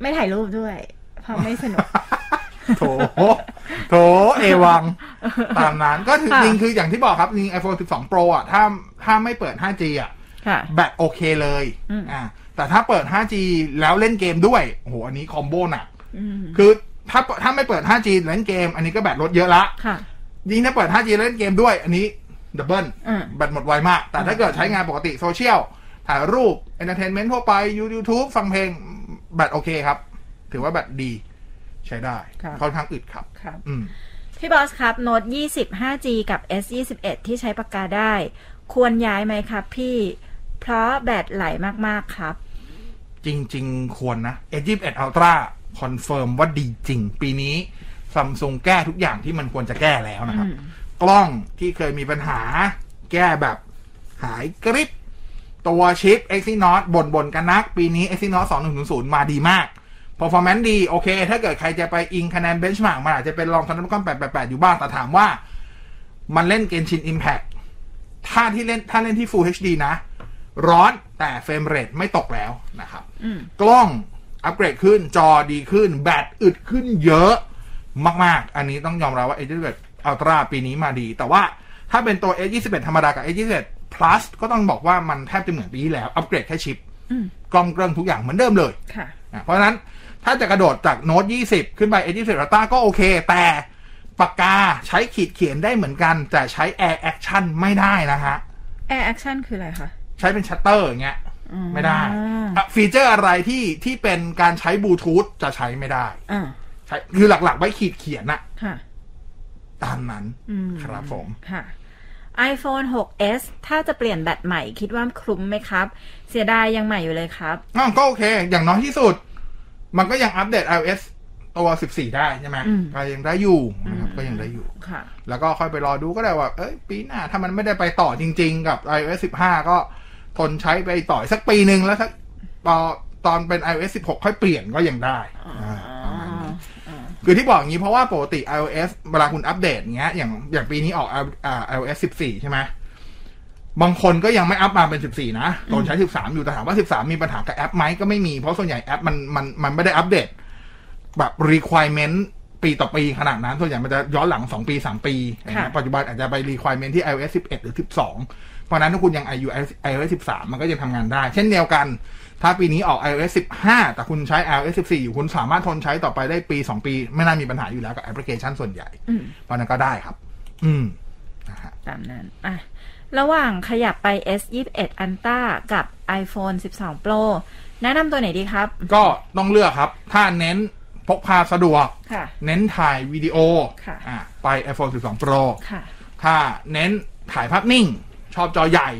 S3: ไม่ถ่ายรูปด้วย เพราะไม่สนุก
S4: โถ โถ เอวัง ตามนั้นก็คือ
S3: ค่ะ
S4: จริงคืออย่างที่บอกครับจริง iPhone 12 Pro อ่ะ ถ้าถ้าไม่เปิด 5G อ่ะ
S3: ค่ะ
S4: แบตโอ เคเลย
S3: อืม
S4: อ่าแต่ถ้าเปิด 5G แล้วเล่นเกมด้วยโอ้โหอันนี้คอมโบหนัก
S3: อืม
S4: คือถ้าถ้าไม่เปิด 5G เล่นเกม อันนี้ก็แบตลดเยอะละ
S3: ค่ะ
S4: ยิ่งถ้าเปิด 5G เล่นเกมด้วย อันนี้ดับเบิล
S3: อืม
S4: แบตหมดไวมาก แต่ถ้าเกิดใช้งานปกติโซเชียลถ่ายรูปเอนเตอร์เทนเมนต์ทั่วไป YouTube ฟังเพลงแบตโอเคครับ ถือว่าแบตดีใช้ได้
S3: ค่ะ
S4: ค่อนข้างอึดครับ
S3: ครับ
S4: อืม
S3: พี่บอสครับ โน้ต20 5G กับ S 21ที่ใช้ปากกาได้ ควรย้ายไหมครับพี่ เพราะแบตไหลมากๆครับ
S4: จริง ๆ ควรนะ A21 Ultra คอนเฟิร์มว่าดีจริง ปีนี้ซัมซุงแก้ทุกอย่างที่มันควรจะแก้แล้วนะครับ
S3: อืม
S4: กล้องที่เคยมีปัญหา แก้แบบหายกริป ตัวชิป Exynos บ่นบ่นๆกันนัก ปีนี้ Exynos 2100 มาดีมาก performance ดี โอเค ถ้าเกิดใครจะไปอิงคะแนน benchmark มันอาจจะเป็นรองซัมซุงก้อน888 อยู่บ้าง แต่ถามว่า มันเล่นเกนชิน Impact ถ้าที่เล่นถ้าเล่นที่ Full HD นะ ร้อนแต่เฟรมเรทไม่ตกแล้วนะครับ
S3: อืม
S4: กล้องอัปเกรดขึ้นจอดีขึ้น แบตอึดขึ้นเยอะมาก ๆ อันนี้ต้องยอมรับว่า A21 Ultra ปีนี้มาดี แต่ว่าถ้าเป็นตัว A21 ธรรมดากับ A21 Plus ก็ต้องบอกว่ามันแทบจะเหมือนปีที่แล้ว อัปเกรดแค่ชิป
S3: อืม
S4: กล้องเครื่องทุกอย่างเหมือนเดิมเลย
S3: ค่ะ
S4: นะเพราะฉะนั้นถ้าจะกระโดดจากโน้ต20 ขึ้นไป A21 Ultra ก็โอเค แต่ปากกาใช้ขีดเขียนได้เหมือนกัน แต่ใช้ Air Action ไม่ได้นะฮะ
S3: Air Action คืออะไรคะ
S4: ใช้เป็นชัตเตอร์อย่างเงี้ย ไม่ได้อ่ะฟีเจอร์อะไรที่ที่เป็นการใช้บลูทูธจะใช้ไม่ได้
S3: อ่า
S4: ใช้คือหลักๆไว้ขีดเขียนอะ
S3: ค่ะ
S4: ตามนั้น
S3: อืม
S4: ครับผม
S3: ค่ะ iPhone 6s ถ้าจะเปลี่ยนแบตใหม่คิดว่าคุ้มไหมครับ เสียดายยังใหม่อยู่เลยครับ
S4: อ้าวก็โอเค อย่างน้อยที่สุด มันก็ยังอัปเดต iOS ตัว 14 ได้ใช่ไหม
S3: อืม
S4: ก็ยังได้อยู่นะครับก็ยังได้อยู่
S3: ค่ะ
S4: แล้วก็ค่อยไปรอดูก็ได้ว่า เอ้ย ปีหน้า ถ้ามันไม่ได้ไปต่อจริง ๆ กับ iOS 15 ก็ทนใช้ไปต่ออีกสักปีหนึ่งแล้วสักตอนตอนเป็น iOS 16 ค่อยเปลี่ยนก็ยังได้าประมาณนั้นคือที่บอกอย่างนี้เพราะว่าปกติ iOS เวลาคุณอัปเดตเงี้ย อย่างอย่างปีนี้ออกอ่า iOS 14 ใช่ไหมบางคนก็ยังไม่อัปมาเป็น 14 นะตอนใช้ 13 อยู่แต่ถามว่า 13 มีปัญหากับแอปไหมก็ไม่มี เพราะส่วนใหญ่แอปมันมันมันไม่ได้อัปเดต แบบ requirement ปีต่อปีขนาดนั้น ส่วนใหญ่มันจะย้อนหลัง 2 ปี 3 ปีอะไรเงี้ย
S3: ค่ะ
S4: ปัจจุบันอาจจะไป requirement ที่ iOS 11 หรือ 12 เพราะฉะนั้นถ้าคุณยัง iOS iOS 13 มันก็ยังทำงานได้ เช่นเดียวกัน ถ้าปีนี้ออก iOS 15 แต่คุณใช้ iOS 14 อยู่คุณสามารถทนใช้ต่อไปได้ปี 2 ปี ไม่น่ามีปัญหาอยู่แล้วกับแอปพลิเคชันส่วนใหญ่
S3: อืม
S4: เพราะฉะนั้นก็ได้ครับ อืมนะฮะ
S3: ตามนั้น อ่ะ ระหว่างขยับไป S 2 1 Ultra กับ iPhone 12 Pro แนะนำตัวไหนดีครับ
S4: ก็ต้องเลือกครับ ถ้าเน้นพกพาสะดวก
S3: ค่ะ
S4: เน้นถ่ายวิดีโอ
S3: ค่ะ
S4: อ่ะไป iPhone 12 Pro
S3: ค่ะ
S4: ถ้าเน้นถ่ายภาพนิ่ง ชอบจอใหญ่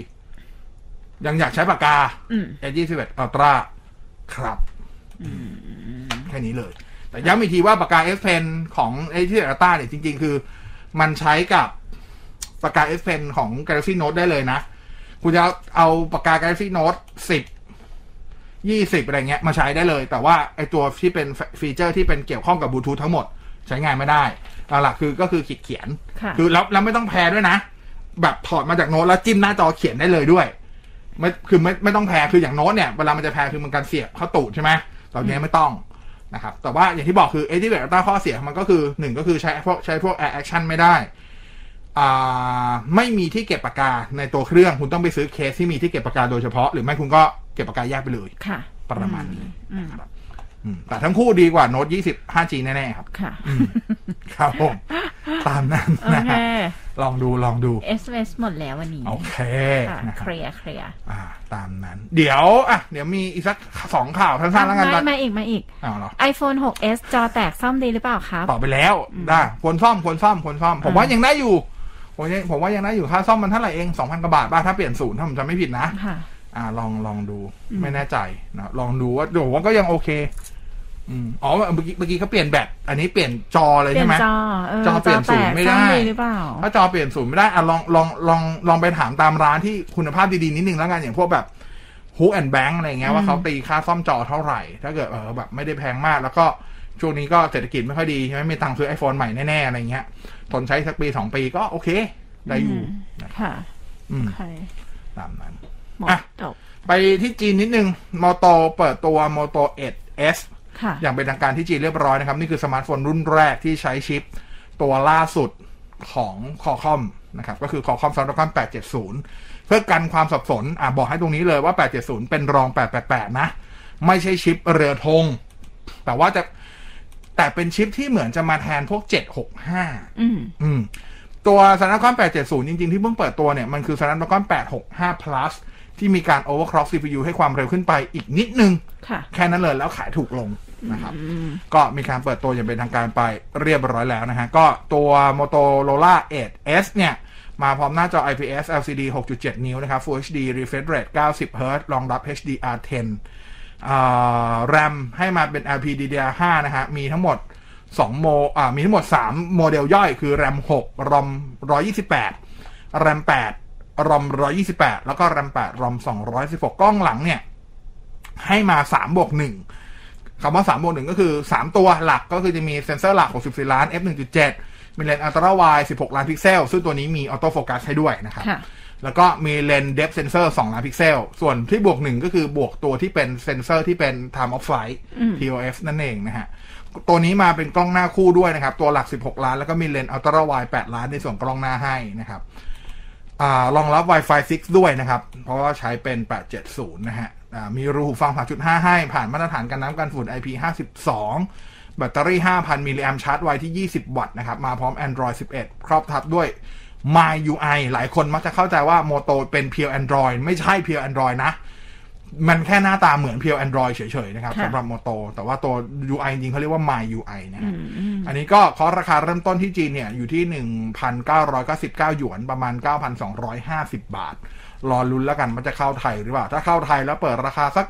S4: ยังอยากใช้ปากกา
S3: อืม
S4: a 2 1 Ultra ครับแค่นี้เลย แต่ย้ำอีกทีว่าปากกา S Pen ของ a 2 1 Ultra เนี่ยจริง ๆ คือ มันใช้กับปากกา S Pen ของ Galaxy Note ได้เลยนะ คุณจะเอาปากกา Galaxy Note 10 20 อะไรเงี้ยมาใช้ได้เลย แต่ว่าไอตัวที่เป็นฟีเจอร์ที่เป็นเกี่ยวข้องกับบลูทูธทั้งหมด ใช้งานไม่ได้หลักๆคือก็คือขีดเขียน
S3: ค่ะ
S4: คือแล้วแล้วไม่ต้องแพ้ด้วยนะ แบบถอดมาจากโน้ตแล้วจิ้มหน้าจอเขียนได้เลยด้วย ไม่คือไม่ไม่ต้องแพ้คืออย่างโน้ตเนี่ยเวลามันจะแพ้คือมันการเสียบเข้าตูดใช่ไหมตอนนี้ไม่ต้องนะครับ แต่ว่าอย่างที่บอกคือเอที่แบบตั้งข้อเสียของมันก็คือหนึ่งก็คือใช้พวกใช้พวก Air Action ไม่ได้อ่าไม่มีที่เก็บปากกาในตัวเครื่อง คุณต้องไปซื้อเคสที่มีที่เก็บปากกาโดยเฉพาะ หรือไม่คุณก็เก็บปากกาแยกไปเลย
S3: ค่ะ
S4: ประมาณนี้นะครับอืมแต่ทั้งคู่ดีกว่าโน้ต20 5G แน่ๆครับ
S3: ค่ะ
S4: ครับผมตามนั้น
S3: โอ
S4: นะ
S3: เค
S4: ฮะ ลองดูลองดู
S3: SMS หมดแล้ววันนี้
S4: โอเค
S3: ค่ะ
S4: นะค
S3: เครับ ลียร์เคลียร์
S4: อ่า ตามนั้น เดี๋ยว อ่ะ เดี๋ยวมีอีกสักสองข่าวสั้นๆแล้วกัน
S3: มา
S4: ตอน
S3: มาอีกมาอีก
S4: อ้าวเหรอ
S3: iPhone 6s จอแตกซ่อมดีหรือเปล่าครับ
S4: ต่อไปแล้วได้ควรซ่อมควรซ่อมควรซ่อม ผมว่ายังได้อยู่ ผมยังผมว่ายังได้อยู่ค่าซ่อมมันเท่าไหร่เองสองพันกว่าบาทบ้าถ้าเปลี่ยนศูนย์ถ้าผมจำไม่ผิดนะ
S3: ค่ะ
S4: อ่า ลองลองดูไม่แน่ใจนะลองดูว่าเดี๋ยวผมว่าก็ยังโอเค อืมอ๋อเมื่อกี้เมื่อกี้เขาเปลี่ยนแบตอันนี้เปลี่ยนจอเลย
S3: เปลี่ยน
S4: ใช่ไหม
S3: จอเออ
S4: จอเปลี่ยน
S3: แต
S4: ศูนย์
S3: ก
S4: ไม่
S3: ซ่
S4: ได้
S3: อมดีหรือเปล่า
S4: ถ้าจอเปลี่ยนศูนย์ไม่ได้อะลองลองลองลองไปถามตามร้านที่คุณภาพดี ๆ นิดนึงแล้วกันอย่างพวกแบบฮุกแอนแบงอะไรเงี้ยว่าเขาตีค่าซ่อมจอเท่าไหร่ ถ้าเกิดเออแบบไม่ได้แพงมาก แล้วก็ช่วงนี้ก็เศรษฐกิจไม่ค่อยดีใช่ไหมมีตังค์ซื้อ iPhone ใหม่แน่ ๆ อะไรเงี้ยทนใช้สักปีสองปีก็โอเค ได้อยู่นะ
S3: ค่ะ
S4: อืม
S3: ใคร
S4: ตามนั้น
S3: หมด
S4: อ่ะ
S3: จบ
S4: ไปที่จีนนิดนึงมอโตเปิดตัวมอโตเอ็ดเอส
S3: ค่ะ
S4: อย่างเป็นทางการที่จีนเรียบร้อยนะครับ นี่คือสมาร์ทโฟนรุ่นแรกที่ใช้ชิปตัวล่าสุดของคอคอมนะครับ ก็คือคอคอมซับดคอม870 เพื่อกันความสับสนอ่ะบอกให้ตรงนี้เลยว่า 870 เป็นรอง 888 นะ ไม่ใช่ชิปเรือธง แต่ว่าจะแต่เป็นชิปที่เหมือนจะมาแทนพวก 765
S3: อืม
S4: อืมตัวซ n น p คอน870 จริง ๆ ที่เพิ่งเปิดตัวเนี่ย มันคือซ n น p คอน865 plus ที่มีการ overclock CPU ให้ความเร็วขึ้นไปอีกนิดนึง
S3: ค่ะ
S4: แค่นั้นเลยแล้วขายถูกลงนะครับ ก็มีการเปิดตัวอย่างเป็นทางการไปเรียบร้อยแล้วนะฮะ ก็ตัว Motorola 8s เนี่ย มาพร้อมหน้าจอ IPS LCD 6.7 นิ้วนะครับ Full HD refresh rate 90 Hz รองรับ HDR10 แรมให้มาเป็น LPDDR5 นะฮะ มีทั้งหมด 2 โมอ่ามีทั้งหมด 3 โมเดลย่อยคือ RAM 6 ROM 128 RAM 8 ROM 128 แล้วก็ RAM 8 ROM 216 กล้องหลังเนี่ย ให้มา 3 บวก 1 คำว่า 3 บวก 1 ก็คือ 3 ตัวหลักก็คือจะมีเซนเซอร์หลัก 64 ล้าน f 1.7 มีเลนส์อัลตราไวด์16 ล้านพิกเซล ซึ่งตัวนี้มีออโต้โฟกัสให้ด้วยนะครับ
S3: ค่ะ
S4: แล้วก็มีเลนส์เดฟเซนเซอร์2ล้านพิกเซล ส่วนที่บวก 1 ก็คือบวกตัวที่เป็นเซนเซอร์ที่เป็น time of flight TOF นั่นเองนะฮะ ตัวนี้มาเป็นกล้องหน้าคู่ด้วยนะครับ ตัวหลัก 16 ล้าน แล้วก็มีเลนส์อัลตราไวด์8ล้านในส่วนกล้องหน้าให้นะครับ อ่ารองรับ Wi-Fi 6 ด้วยนะครับ เพราะว่าใช้เป็น 870 นะฮะอ่ามีรูหูฟัง 3.5 ให้ ผ่านมาตรฐานกันน้ำกันฝุ่น IP52 แบตเตอรี่ 5,000 มิลลิแอมชาร์จไวที่ 20 วัตต์นะครับ มาพร้อม Android 11 ครอบทับด้วย MyUI หลายคนมักจะเข้าใจว่า Moto เป็นเพียว Android ไม่ใช่เพียว Android นะ มันแค่หน้าตาเหมือนเพียว Android เฉยๆนะครับ
S3: ค่ะ
S4: สำหรับ Moto แต่ว่าตัว UI จริงๆเขาเรียกว่า My UI นะ
S3: อื
S4: ฮะ
S3: มอืม
S4: อันนี้ก็คอร์สราคาเริ่มต้นที่จีนเนี่ยอยู่ที่ 1,999 หยวนประมาณ 9,250 บาท รอลุ้นแล้วกันมันจะเข้าไทยหรือเปล่า ถ้าเข้าไทยแล้วเปิดราคาสัก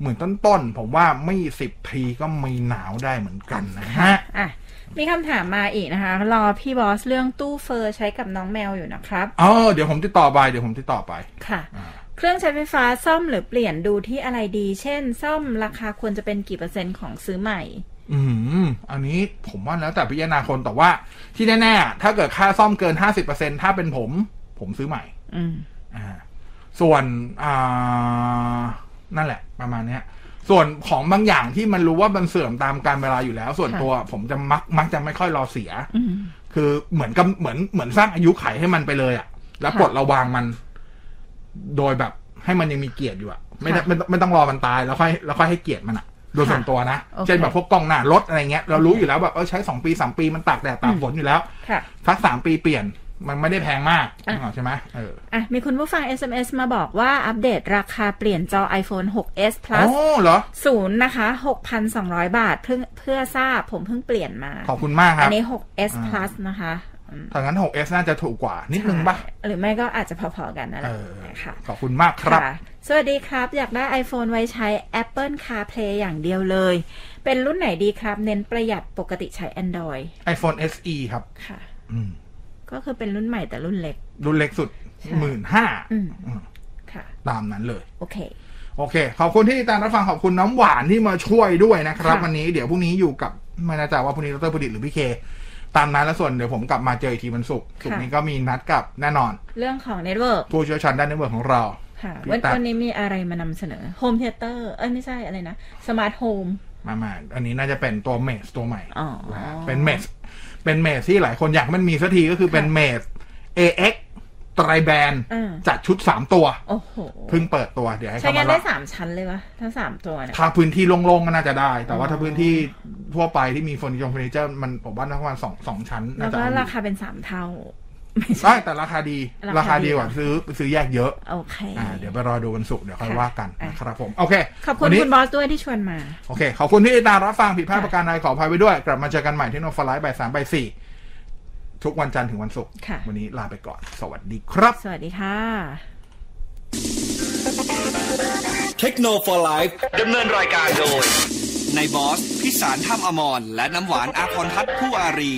S4: หมื่นต้นๆ ผมว่าไม่สิบทีก็ไม่หนาวได้เหมือนกันนะฮะ
S3: อ่ะมีคำถามมาอีกนะคะ รอพี่บอสเรื่องตู้เฟอร์ใช้กับน้องแมวอยู่นะครับ
S4: เออเดี๋ยวผมติดต่อไปเดี๋ยวผมติดต่อไป
S3: ค่ะ เครื่องใช้ไฟฟ้าซ่อมหรือเปลี่ยนดูที่อะไรดี เช่น ซ่อมราคาควรจะเป็นกี่เปอร์เซ็นต์ของซื้อใหม่
S4: อืมอันนี้ผมว่าแล้วแต่พิจารณาคนแต่ว่าที่แน่ๆ ถ้าเกิดค่าซ่อมเกิน 50%ถ้าเป็นผม ผมซื้อใหม่
S3: อืม
S4: อ่าส่วนอ่านั่นแหละ ประมาณเนี้ย ส่วนของบางอย่างที่มันรู้ว่ามันเสื่อมตามการเวลาอยู่แล้ว ส่วน
S3: ค่ะ
S4: ตัวผมจะมักมักจะไม่ค่อยรอเสีย
S3: อืม
S4: คือเหมือนกับเหมือนเหมือนสร้างอายุไขให้มันไปเลยอะ่ะ แล้ว
S3: ค่ะ
S4: ปลดระวางมัน โดยแบบให้มันยังมีเกียรติอยู่อะ่ะไม่ได้
S3: ค่ะ
S4: ไม่ต้องไม่ต้องรอมันตายแล้วค่อยแล้วค่อยให้เกียรติมันอะ่ะ โดย
S3: ค่ะ
S4: ส่วนตัวนะ
S3: โอเค
S4: เช่นแบบพวกกล้องหน้ารถอะไรเงี้ยเรารู้อยู่แล้วแบบเออใช้สองปีสามปีมันตากแดดตาก
S3: อืม
S4: ฝนอยู่แล้ว
S3: ค่ะ
S4: สักสามปีเปลี่ยนมันไม่ได้แพงมาก
S3: อ่ะ
S4: นึกออกใช่ไหมเออ
S3: อ่ะ มีคุณผู้ฟัง SMS มาบอกว่าอัปเดตราคาเปลี่ยนจอ iPhone 6s
S4: อ๋
S3: plus
S4: อเหรอ
S3: ศูนย์นะคะ 6,200 บาทเพิ่งเพื่อทราบผมเพิ่งเปลี่ยนมา
S4: ขอบคุณมากค
S3: อั
S4: รับ
S3: นี้ 6s plus นะคะอืม
S4: ถ้างั้น 6S น่าจะถูกกว่านิดนึงปะ
S3: หรือไม่ก็อาจจะพอๆกันนั่นแห
S4: เอ
S3: ละ
S4: อ
S3: นะคะ
S4: ขอบคุณมากครับ
S3: ค่ะสวัสดีครับ อยากได้ iPhone ไว้ใช้ Apple CarPlay อย่างเดียวเลย เป็นรุ่นไหนดีครับ เน้นประหยัดปกติใช้ Android
S4: iPhone SE ครับ
S3: ค่ะ
S4: อืม
S3: ก็คือเป็นรุ่นใหม่แต่รุ่นเล็ก
S4: รุ่นเล็กสุด
S3: ใช่
S4: หมื่นห้า
S3: อืมค่ะ
S4: ตามนั้นเลย
S3: โอเค
S4: โอเค ขอบคุณที่ติดตามรับฟังขอบคุณน้ำหวานที่มาช่วยด้วยนะครับ
S3: ค่ะ
S4: วันนี้เดี๋ยวพรุ่งนี้อยู่กับไม่แน่ใจว่าพรุ่งนี้ดรพุดิตหรือพี่เค ตามนั้นแล้วส่วนเดี๋ยวผมกลับมาเจออีกทีวันศุกร์ศุกร์นี้ก็มีนัดกับแน่นอน
S3: เรื่องของ Network
S4: ผู้เชี่ยวชาญด้านเน็ตเวิร์กของเรา
S3: ค่ะ
S4: พี่
S3: วัน
S4: ตั๊ก
S3: วันนี้มีอะไรมานำเสนอ Home Theater เอ้ย ไม่ใช่อะไรนะ Smart Home
S4: มามาอันนี้น่าจะเป็นตัวเมสตัวใหม่
S3: อ๋อ
S4: นะฮะเป็นเมสเป็นเมสที่หลายคนอยากให้มันมีสักทีก็คือเป็นเมส AX ไตรแบรนด์
S3: อ่า
S4: จัดชุดสามตัว
S3: โอ้โห
S4: เพิ่งเปิดตัวเดี๋ยวให้
S3: ใช้งาม
S4: เขาาน
S3: ได้
S4: เล่า
S3: สามชั้นเลยวะทั้งสามตัวเนี่ย
S4: ถ้าพื้นที่โล่งๆก็น่าจะได้ แต่ว่า
S3: อ๋อ
S4: ถ้าพื้นที่ทั่วไปที่มีเฟอร์นิเจอร์เฟอร์นิเจอร์มันผมว่าน่าจะประมาณสองสองชั้น
S3: แล้ว
S4: น่าจะ
S3: ก็
S4: เอาอยู่
S3: ราคาเป็นสามเท่า
S4: ใช่แต่ราคาดี
S3: รา
S4: รา
S3: คา
S4: คา
S3: ดี
S4: ดีกว่าซื้อซื้อแยกเยอะ
S3: โอเค
S4: อ่าเดี๋ยวไปรอดูวันศุกร์เดี๋ยวค่อย
S3: ค่ะ
S4: ว่ากัน
S3: อ่ะ
S4: นะครับผมโอเค
S3: ขอบคุณ
S4: วันนี้
S3: คุณบอสด้วยที่ชวนมา
S4: โอเค ขอบคุณที่ติดตามรับฟังผิดพลาด
S3: ค่ะ
S4: ประการใดขออภัยไว้ด้วย กลับมาเจอกันใหม่ที่โนฟลายบ่ายสามบ่ายสี่ทุกวันจันทร์ถึงวันศุกร์
S3: ค่ะ
S4: วันนี้ลาไปก่อน สวัสดีครับ
S3: สวัสดีค่ะ
S1: เทคโนโลยีไลฟ์
S2: ดำเนินรายการโดย
S1: ในบอสพิสารท่ามอมรและน้ำหวานอาคอนทัตผู้อารี